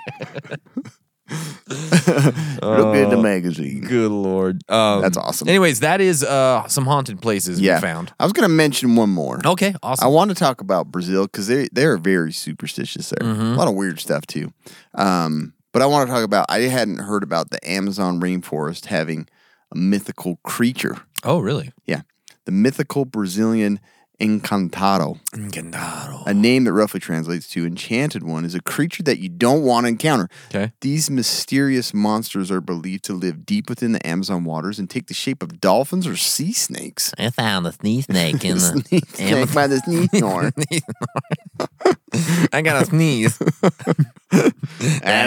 E: Look at the magazine.
D: Good lord. Um,
E: That's awesome.
D: Anyways, that is uh, some haunted places
E: Yeah.
D: we found.
E: I was going to mention one more.
D: Okay,
E: I
D: awesome.
E: want to Mm-hmm. talk about Brazil because they, they're very superstitious there. A lot of weird stuff, too. Um, But I want to talk about I hadn't heard about the Amazon rainforest having a mythical creature.
D: Oh, really?
E: Yeah. The mythical Brazilian encantado.
D: Encantado.
E: A name that roughly translates to enchanted one is a creature that you don't want to encounter.
D: Okay.
E: These mysterious monsters are believed to live deep within the Amazon waters and take the shape of dolphins or sea snakes.
D: I found a knee snake in
E: Snake snake by the sneak door.
D: I gotta sneeze.
E: That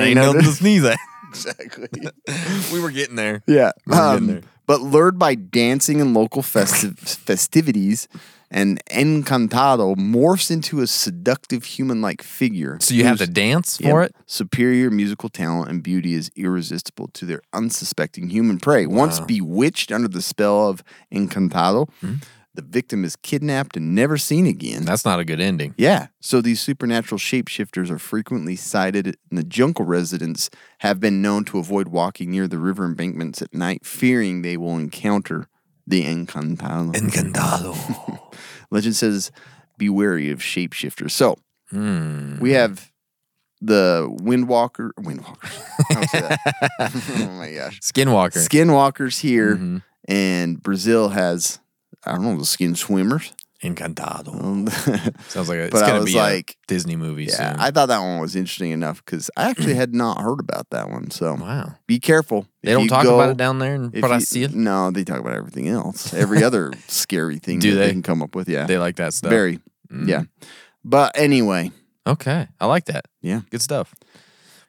E: ain't nothing to
D: sneeze at.
E: exactly.
D: We were getting there.
E: Yeah.
D: We're getting
E: um,
D: there.
E: but lured by dancing and local festiv- festivities, an encantado morphs into a seductive human like figure.
D: So you have to
E: whose-
D: dance for
E: yeah,
D: it?
E: Superior musical talent and beauty is irresistible to their unsuspecting human prey. Once bewitched under the spell of encantado,
D: Hmm?
E: the victim is kidnapped and never seen again.
D: That's not a good ending.
E: Yeah. So these supernatural shapeshifters are frequently sighted, and the jungle residents have been known to avoid walking near the river embankments at night, fearing they will encounter the Encantado.
D: Encantado.
E: Legend says, be wary of shapeshifters. So
D: Hmm. Mm-hmm.
E: we have the Windwalker. Windwalker. I don't say that. oh my gosh.
D: Skinwalker.
E: Skinwalkers here,
D: Mm-hmm.
E: and Brazil has, I don't know, the skin swimmers.
D: Encantado. Sounds like a, it's
E: But I
D: gonna
E: was
D: be like,
E: like-
D: a Disney movie
E: Yeah,
D: soon.
E: I thought that one was interesting enough because I actually had not heard about that one. So
D: wow.
E: be careful.
D: Mm. They
E: If
D: don't
E: you
D: talk
E: go-
D: about it down there in
E: if
D: Brazil.
E: you- No, they talk about everything else. Every other scary thing
D: Do
E: that they?
D: they?
E: can come up with. Yeah,
D: They like that stuff. Mm.
E: very. Yeah, but anyway,
D: Okay. I like that.
E: yeah,
D: Good stuff.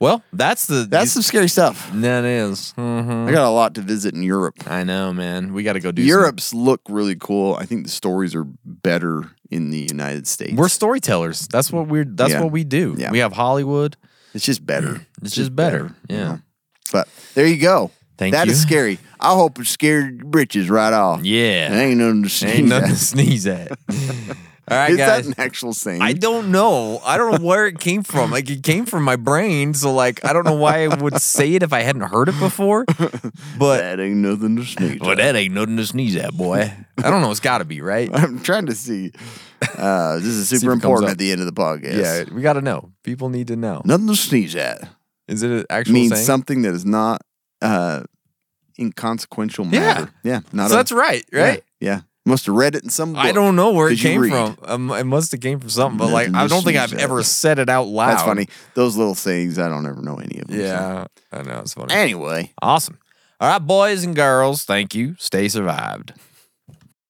D: Well, that's the
E: that's some scary stuff.
D: that is. Mhm.
E: I got a lot to visit in Europe.
D: I know, man. We got to go do some-
E: Europe's look really cool. I think the stories are better in the United States.
D: We're storytellers. That's what we're. That's
E: Yeah.
D: what we do.
E: Yeah.
D: We have Hollywood.
E: it's just better.
D: It's just better.
E: you
D: Yeah.
E: know. But there you go.
D: Thank
E: That
D: you.
E: is scary. I hope it scared your britches right off.
D: Yeah.
E: It ain't nothing to sneeze
D: Ain't nothing
E: at.
D: to sneeze at. All right,
E: Is
D: guys.
E: that an actual saying?
D: I don't know. I don't know where it came from. Like it came from my brain, so like I don't know why I would say it if I hadn't heard it before. But
E: That ain't nothing to sneeze
D: well,
E: at.
D: that ain't nothing to sneeze at, boy. I don't know. It's got to be right.
E: I'm trying to see. Uh, this is
D: if
E: super
D: it comes
E: important
D: up.
E: at the end of the podcast.
D: Yeah, we got to know. People need to know.
E: Nothing to sneeze at
D: Is it an actual
E: means
D: saying?
E: something that is not uh, inconsequential matter. Yeah. Not
D: so
E: a-
D: that's right, right?
E: Yeah. yeah. Must have read it in some book.
D: I don't know where it
E: 'cause you
D: came
E: read.
D: from. Um, it must have came from something, but like
E: Nothing
D: I
E: to
D: don't think I've
E: sneeze at.
D: ever said it out loud.
E: That's funny. Those little sayings, I don't ever know any of them. so.
D: Yeah, I know it's funny.
E: Anyway.
D: Awesome. All right, boys and girls, thank you. Stay survived.